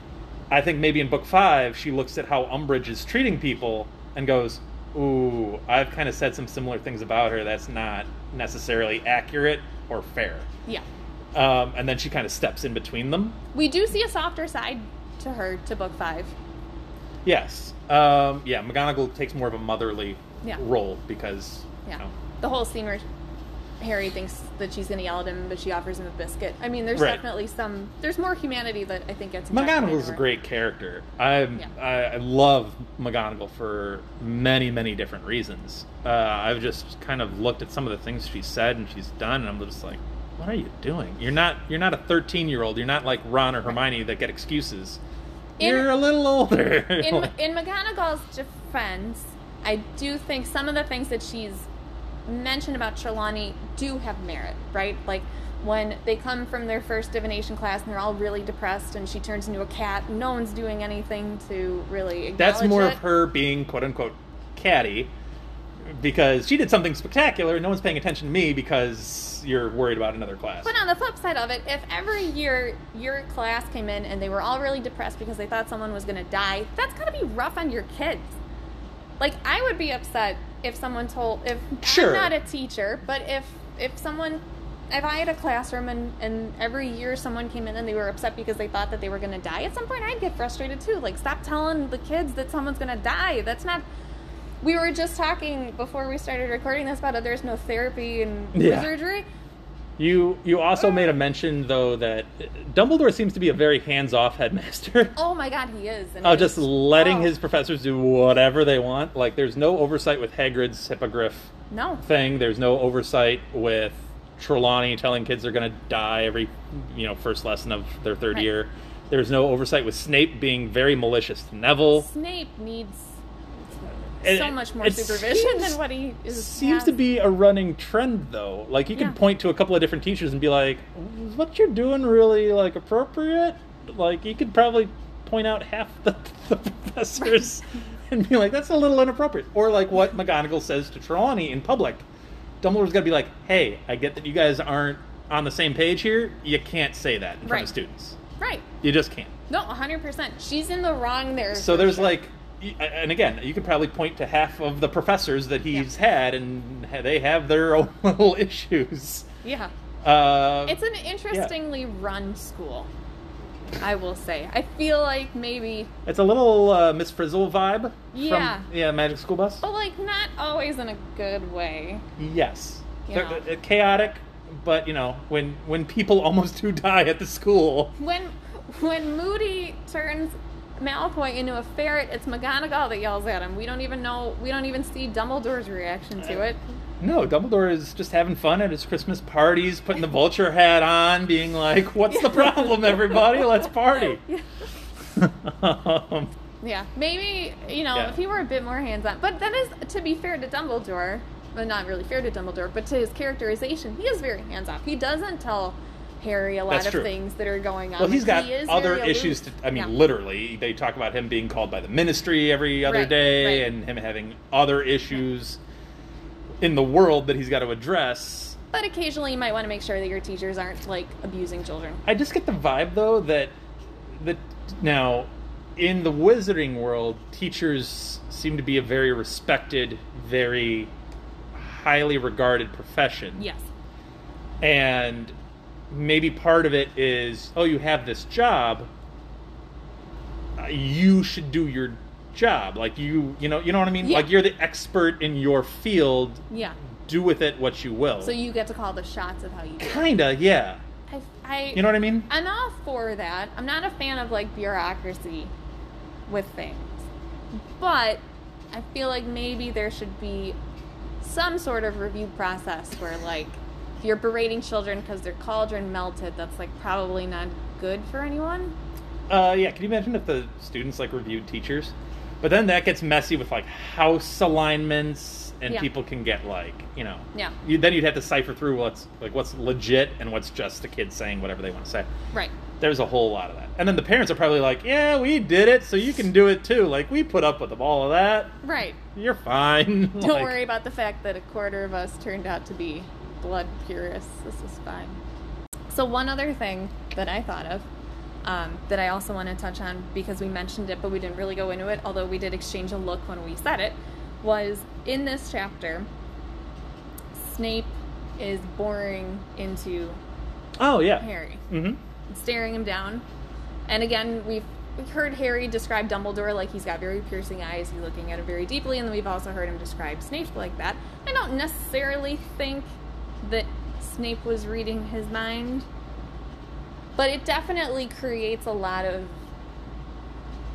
[SPEAKER 4] I think maybe in book five, she looks at how Umbridge is treating people and goes, Ooh, I've kind of said some similar things about her that's not necessarily accurate or fair.
[SPEAKER 5] Yeah.
[SPEAKER 4] Um, and then she kind of steps in between them.
[SPEAKER 5] We do see a softer side to her to book five.
[SPEAKER 4] Yes. Um, yeah, McGonagall takes more of a motherly
[SPEAKER 5] Yeah.
[SPEAKER 4] role because,
[SPEAKER 5] Yeah.
[SPEAKER 4] you know,
[SPEAKER 5] The whole scene where Harry thinks that she's going to yell at him, but she offers him a biscuit. I mean, there's
[SPEAKER 4] Right.
[SPEAKER 5] definitely some. There's more humanity that I think gets. injected
[SPEAKER 4] McGonagall's
[SPEAKER 5] into
[SPEAKER 4] a
[SPEAKER 5] her.
[SPEAKER 4] great character. I'm,
[SPEAKER 5] Yeah.
[SPEAKER 4] I, I love McGonagall for many, many different reasons. Uh, I've just kind of looked at some of the things she's said and she's done, and I'm just like, What are you doing? You're not you're not a 13 year old. You're not like Ron or Hermione that get excuses.
[SPEAKER 5] In-
[SPEAKER 4] you're a little older.
[SPEAKER 5] in,
[SPEAKER 4] Like-
[SPEAKER 5] in McGonagall's defense, I do think some of the things that she's mentioned about Trelawney do have merit, right? Like when they come from their first divination class and they're all really depressed, and she turns into a cat. No one's doing anything to really acknowledge
[SPEAKER 4] That's more
[SPEAKER 5] it.
[SPEAKER 4] of her being quote unquote catty because she did something spectacular. and No one's paying attention to me because you're worried about another class.
[SPEAKER 5] But on the flip side of it, if every year your class came in and they were all really depressed because they thought someone was going to die, that's got to be rough on your kids. Like I would be upset if someone told if
[SPEAKER 4] Sure.
[SPEAKER 5] I'm not a teacher, but if if someone if I had a classroom and, and every year someone came in and they were upset because they thought that they were going to die, at some point I'd get frustrated too. Like, stop telling the kids that someone's going to die. That's not. We were just talking before we started recording this about how there's no therapy and
[SPEAKER 4] Yeah.
[SPEAKER 5] wizardry.
[SPEAKER 4] You you also made a mention though that Dumbledore seems to be a very hands off headmaster.
[SPEAKER 5] Oh my god, he is. And
[SPEAKER 4] Oh,
[SPEAKER 5] it
[SPEAKER 4] just
[SPEAKER 5] is-
[SPEAKER 4] letting
[SPEAKER 5] oh,
[SPEAKER 4] his professors do whatever they want. Like there's no oversight with Hagrid's hippogriff
[SPEAKER 5] Oh, no.
[SPEAKER 4] thing. There's no oversight with Trelawney telling kids they're going to die every, you know, first lesson of their third
[SPEAKER 5] Right.
[SPEAKER 4] year. There's no oversight with Snape being very malicious to Neville.
[SPEAKER 5] Snape needs
[SPEAKER 4] And
[SPEAKER 5] so
[SPEAKER 4] it-
[SPEAKER 5] much more
[SPEAKER 4] it
[SPEAKER 5] supervision
[SPEAKER 4] seems-
[SPEAKER 5] than what he is.
[SPEAKER 4] Seems to
[SPEAKER 5] has.
[SPEAKER 4] be a running trend, though. Like you can
[SPEAKER 5] Yeah.
[SPEAKER 4] point to a couple of different teachers and be like, "Is what you're doing really like appropriate?" Like you could probably point out half the, the professors and be like, "That's a little inappropriate," or like what McGonagall says to Trelawney in public. Dumbledore's got to be like, "Hey, I get that you guys aren't on the same page here. You can't say that in front
[SPEAKER 5] Right.
[SPEAKER 4] of students.
[SPEAKER 5] Right.
[SPEAKER 4] You just can't."
[SPEAKER 5] No, 100%. She's in the wrong there.
[SPEAKER 4] So
[SPEAKER 5] for
[SPEAKER 4] there's
[SPEAKER 5] sure.
[SPEAKER 4] like, y- and again, you could probably point to half of the professors that he's had, and ha- they have their own little issues.
[SPEAKER 5] Yeah.
[SPEAKER 4] Uh,
[SPEAKER 5] It's an interestingly run school, I will say. I feel like maybe.
[SPEAKER 4] it's a little uh, Miss Frizzle vibe.
[SPEAKER 5] Yeah. Oh.
[SPEAKER 4] From, yeah, Magic School Bus.
[SPEAKER 5] But like, not always in a good way.
[SPEAKER 4] Yes.
[SPEAKER 5] Yeah.
[SPEAKER 4] They're, uh, chaotic, but you know, when when people almost do die at the school,
[SPEAKER 5] When when Moody turns Malfoy into a ferret, it's McGonagall that yells at him. We don't even know. We don't even see Dumbledore's reaction to it.
[SPEAKER 4] no, Dumbledore is just having fun at his Christmas parties, putting the vulture hat on, being like, "What's the problem, everybody? Let's party." um,
[SPEAKER 5] Yeah, maybe you know
[SPEAKER 4] Yeah.
[SPEAKER 5] if he were a bit more hands-on. But that is to be fair to Dumbledore, well, not really fair to Dumbledore, but to his characterization, he is very hands-off. He doesn't tell Harry a lot
[SPEAKER 4] That's
[SPEAKER 5] of
[SPEAKER 4] true.
[SPEAKER 5] things that are going on.
[SPEAKER 4] Well, he's got
[SPEAKER 5] Like, Um, he is
[SPEAKER 4] other
[SPEAKER 5] very aloof.
[SPEAKER 4] issues to. I mean,
[SPEAKER 5] Yeah.
[SPEAKER 4] literally, they talk about him being called by the ministry every other
[SPEAKER 5] Right,
[SPEAKER 4] day,
[SPEAKER 5] right.
[SPEAKER 4] and him having other issues in the world that he's got to address.
[SPEAKER 5] But occasionally, you might want to make sure that your teachers aren't like abusing children.
[SPEAKER 4] I just get the vibe though that that now in the wizarding world, teachers seem to be a very respected, very highly regarded profession.
[SPEAKER 5] Yes.
[SPEAKER 4] and maybe part of it is oh you have this job uh, you should do your job like you you know you know what i mean
[SPEAKER 5] Yeah.
[SPEAKER 4] like you're the expert in your field
[SPEAKER 5] Yeah.
[SPEAKER 4] do with it what you will
[SPEAKER 5] So you get to call the shots of how you do. it.
[SPEAKER 4] kinda yeah
[SPEAKER 5] I, I
[SPEAKER 4] you know what i mean
[SPEAKER 5] I'm all for that. I'm not a fan of like bureaucracy with things. But I feel like maybe there should be some sort of review process where like if you're berating children because their cauldron melted, that's like probably not good for anyone.
[SPEAKER 4] uh yeah can you imagine if the students like reviewed teachers but then that gets messy with like house alignments and
[SPEAKER 5] Yeah.
[SPEAKER 4] people can get like you know
[SPEAKER 5] Yeah.
[SPEAKER 4] you, then you'd have to cipher through what's like what's legit and what's just the kids saying whatever they want to say
[SPEAKER 5] Right.
[SPEAKER 4] there's a whole lot of that. And then the parents are probably like, yeah, we did it, so you can do it too. Like, we put up with them, all of that.
[SPEAKER 5] Right.
[SPEAKER 4] You're fine.
[SPEAKER 5] Don't worry about the fact that a quarter of us turned out to be blood purists. This is fine. So, one other thing that I thought of um, that I also want to touch on because we mentioned it, but we didn't really go into it, although we did exchange a look when we said it, was in this chapter, Snape is boring into
[SPEAKER 4] Oh, yeah.
[SPEAKER 5] Harry
[SPEAKER 4] Mm-hmm.
[SPEAKER 5] staring him down. And again, we've we've heard Harry describe Dumbledore like he's got very piercing eyes, he's looking at him very deeply, and then we've also heard him describe Snape like that. I don't necessarily think that Snape was reading his mind, but it definitely creates a lot of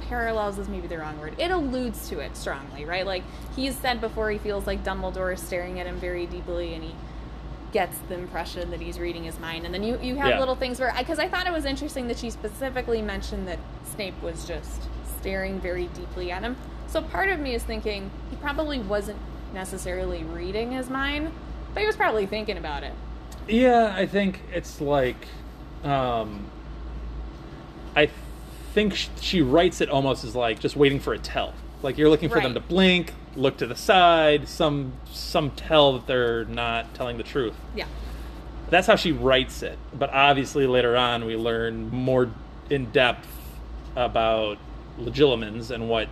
[SPEAKER 5] parallels is maybe the wrong word. It alludes to it strongly, right? Like he's said before he feels like Dumbledore is staring at him very deeply and he gets the impression that he's reading his mind. And then you, you have
[SPEAKER 4] Yeah.
[SPEAKER 5] little things where, because I thought it was interesting that she specifically mentioned that Snape was just staring very deeply at him. So part of me is thinking he probably wasn't necessarily reading his mind, but he was probably thinking about it.
[SPEAKER 4] Yeah, I think it's like, um, I think sh- she writes it almost as like just waiting for a tell. Like you're looking for them to
[SPEAKER 5] Right.
[SPEAKER 4] blink, look to the side, some some tell that they're not telling the truth.
[SPEAKER 5] Yeah.
[SPEAKER 4] That's how she writes it. But obviously later on we learn more in depth about legilimens and what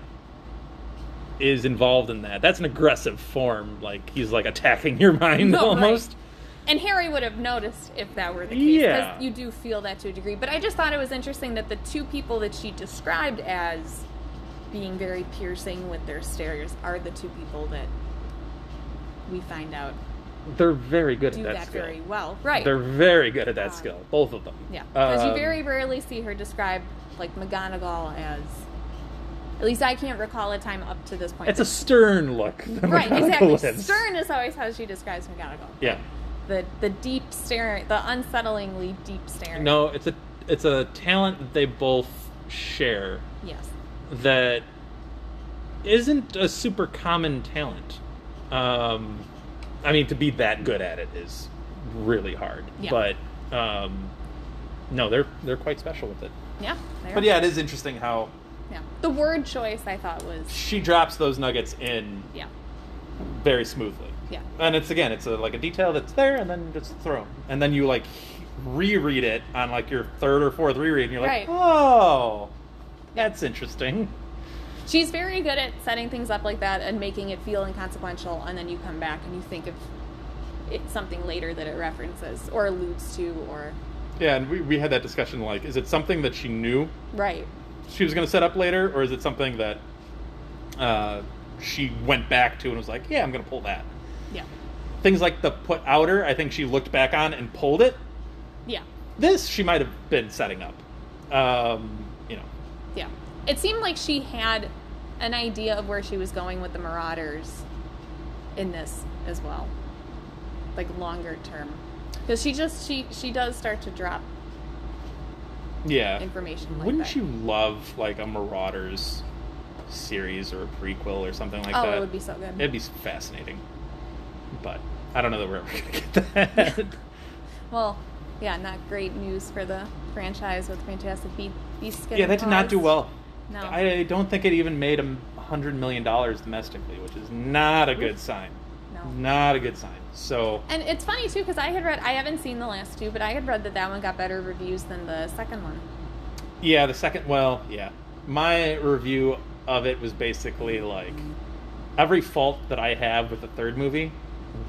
[SPEAKER 4] is involved in that. That's an aggressive form. Like he's like attacking your mind
[SPEAKER 5] No, right.
[SPEAKER 4] almost.
[SPEAKER 5] And Harry would have noticed if that were the case.
[SPEAKER 4] Yeah.
[SPEAKER 5] Because you do feel that to a degree. But I just thought it was interesting that the two people that she described as being very piercing with their stares are the two people that we find out
[SPEAKER 4] They're very good
[SPEAKER 5] do
[SPEAKER 4] at that,
[SPEAKER 5] that
[SPEAKER 4] skill.
[SPEAKER 5] very well. Right.
[SPEAKER 4] They're very good at that
[SPEAKER 5] Yeah.
[SPEAKER 4] skill, both of them.
[SPEAKER 5] yeah. Because you
[SPEAKER 4] Um,
[SPEAKER 5] very rarely see her described like McGonagall as at least I can't recall a time up to this point.
[SPEAKER 4] It's a stern look. that
[SPEAKER 5] right,
[SPEAKER 4] McGonagall
[SPEAKER 5] exactly.
[SPEAKER 4] is.
[SPEAKER 5] Stern is always how she describes McGonagall.
[SPEAKER 4] Yeah.
[SPEAKER 5] The the deep staring the unsettlingly deep staring.
[SPEAKER 4] No, it's a it's a talent that they both share
[SPEAKER 5] Yes.
[SPEAKER 4] that isn't a super common talent. Um, I mean, to be that good at it is really hard.
[SPEAKER 5] Yeah.
[SPEAKER 4] But um, no, they're they're quite special with it.
[SPEAKER 5] Yeah. there.
[SPEAKER 4] But yeah, it is interesting how
[SPEAKER 5] Yeah. The word choice I thought was
[SPEAKER 4] she drops those nuggets in
[SPEAKER 5] yeah.
[SPEAKER 4] very smoothly.
[SPEAKER 5] Yeah.
[SPEAKER 4] and it's again it's a, like a detail that's there and then just thrown and then you like reread it on like your third or fourth reread and you're like
[SPEAKER 5] Right.
[SPEAKER 4] oh that's interesting
[SPEAKER 5] She's very good at setting things up like that and making it feel inconsequential and then you come back and you think of it something later that it references or alludes to or
[SPEAKER 4] yeah and we, we had that discussion like is it something that she knew
[SPEAKER 5] right.
[SPEAKER 4] she was going to set up later or is it something that uh, she went back to and was like yeah i'm going to pull that
[SPEAKER 5] Yeah.
[SPEAKER 4] things like the put outer i think she looked back on and pulled it
[SPEAKER 5] Yeah.
[SPEAKER 4] this she might have been setting up um, you know
[SPEAKER 5] Yeah. It seemed like she had an idea of where she was going with the Marauders in this as well. Like longer term. Because she just she she does start to drop
[SPEAKER 4] yeah
[SPEAKER 5] information like
[SPEAKER 4] Wouldn't
[SPEAKER 5] that.
[SPEAKER 4] you love like a Marauders series or a prequel or something like
[SPEAKER 5] Oh,
[SPEAKER 4] that?
[SPEAKER 5] it would be so good.
[SPEAKER 4] It'd be fascinating. But I don't know that we're ever gonna get that.
[SPEAKER 5] Well, yeah, not great news for the franchise with Fantastic Be- Beasts.
[SPEAKER 4] yeah, that did not do well.
[SPEAKER 5] No.
[SPEAKER 4] I don't think it even made a hundred million dollars domestically, which is not a good sign.
[SPEAKER 5] No.
[SPEAKER 4] Not a good sign. So
[SPEAKER 5] And it's funny too because I had read I haven't seen the last two, but I had read that that one got better reviews than the second one.
[SPEAKER 4] yeah, the second well, yeah. My review of it was basically like every fault that I have with the third movie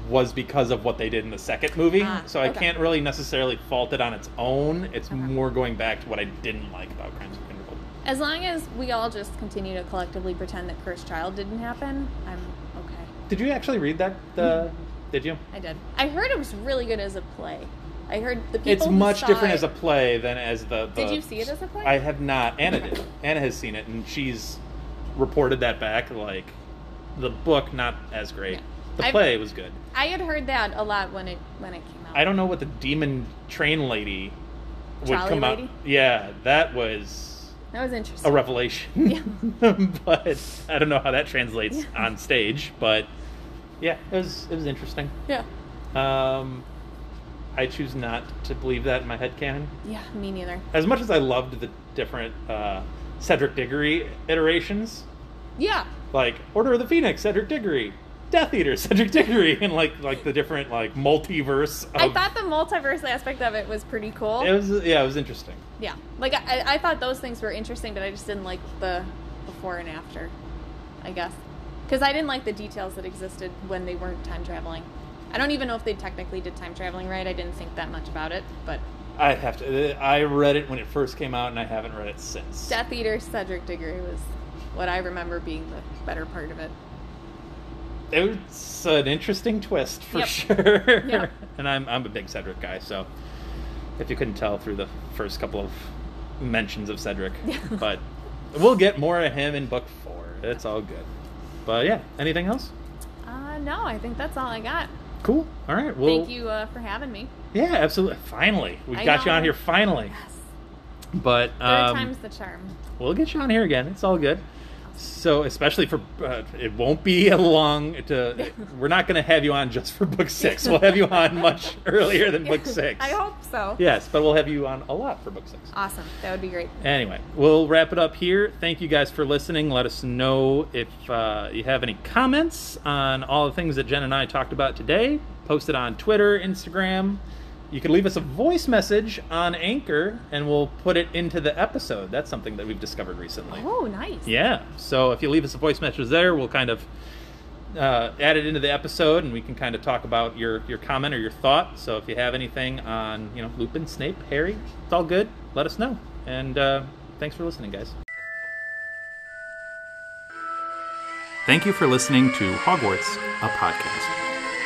[SPEAKER 4] was because of what they did in the second movie.
[SPEAKER 5] Ah,
[SPEAKER 4] so I
[SPEAKER 5] okay.
[SPEAKER 4] can't really necessarily fault it on its own. It's
[SPEAKER 5] Okay.
[SPEAKER 4] more going back to what I didn't like about Crimes of Kindred.
[SPEAKER 5] As long as we all just continue to collectively pretend that Cursed Child didn't happen, I'm okay.
[SPEAKER 4] Did you actually read that? The did you?
[SPEAKER 5] I did. I heard it was really good as a play. I heard the people.
[SPEAKER 4] it's
[SPEAKER 5] who
[SPEAKER 4] much
[SPEAKER 5] saw
[SPEAKER 4] different
[SPEAKER 5] it-
[SPEAKER 4] as a play than as the, the.
[SPEAKER 5] Did you see it as a play?
[SPEAKER 4] I have not. Anna did. Anna has seen it, and she's reported that back. Like the book, not as great.
[SPEAKER 5] Yeah.
[SPEAKER 4] The
[SPEAKER 5] I've- Oh.
[SPEAKER 4] play was good.
[SPEAKER 5] I had heard that a lot when it when it came out.
[SPEAKER 4] I don't know what the demon train lady would
[SPEAKER 5] Trolley
[SPEAKER 4] come
[SPEAKER 5] lady?
[SPEAKER 4] out. Yeah, that was
[SPEAKER 5] That was
[SPEAKER 4] a
[SPEAKER 5] interesting.
[SPEAKER 4] revelation. but I don't know how that translates
[SPEAKER 5] Yeah.
[SPEAKER 4] on stage. But yeah, it was it was interesting.
[SPEAKER 5] yeah.
[SPEAKER 4] Um, I choose not to believe that in my head canon.
[SPEAKER 5] Yeah. Me neither.
[SPEAKER 4] As much as I loved the different uh, Cedric Diggory iterations,
[SPEAKER 5] Yeah.
[SPEAKER 4] like Order of the Phoenix, Cedric Diggory, Death Eater, Cedric Diggory, and like like the different like multiverse. Of,
[SPEAKER 5] I thought the multiverse aspect of it was pretty cool.
[SPEAKER 4] Um, it was yeah, it was interesting.
[SPEAKER 5] Yeah, like I, I thought those things were interesting, but I just didn't like the before and after, I guess, because I didn't like the details that existed when they weren't time traveling. I don't even know if they technically did time traveling right. I didn't think that much about it, but
[SPEAKER 4] I have to. I read it when it first came out, and I haven't read it since.
[SPEAKER 5] Death Eater Cedric Diggory was what I remember being the better part of it.
[SPEAKER 4] It's an interesting twist for
[SPEAKER 5] Yep.
[SPEAKER 4] sure.
[SPEAKER 5] Yep.
[SPEAKER 4] And I'm I'm a big Cedric guy, so if you couldn't tell through the first couple of mentions of Cedric,
[SPEAKER 5] Yeah.
[SPEAKER 4] but we'll get more of him in book four. It's all good. But yeah, anything else?
[SPEAKER 5] Uh, no, I think that's all I got.
[SPEAKER 4] Cool. All right. Well,
[SPEAKER 5] Thank you uh, for having me.
[SPEAKER 4] Yeah, absolutely. Finally, we
[SPEAKER 5] I
[SPEAKER 4] got you
[SPEAKER 5] know.
[SPEAKER 4] on here. Finally. But
[SPEAKER 5] Third
[SPEAKER 4] um,
[SPEAKER 5] time's the charm.
[SPEAKER 4] we'll get you on here again. It's all good. So, especially for uh, it won't be a long. To, we're not going to have you on just for book six. We'll have you on much earlier than book six.
[SPEAKER 5] I hope so.
[SPEAKER 4] Yes, but we'll have you on a lot for book six.
[SPEAKER 5] Awesome. That would be great.
[SPEAKER 4] Anyway, we'll wrap it up here. Thank you guys for listening. Let us know if uh, you have any comments on all the things that Jen and I talked about today. Post it on Twitter, Instagram. You can leave us a voice message on Anchor, and we'll put it into the episode. That's something that we've discovered recently.
[SPEAKER 5] Oh, nice.
[SPEAKER 4] Yeah. So if you leave us a voice message there, we'll kind of uh, add it into the episode, and we can kind of talk about your your comment or your thought. So if you have anything on you know Lupin, Snape, Harry, it's all good. Let us know. And uh, thanks for listening, guys. Thank you for listening to Hogwarts, a podcast.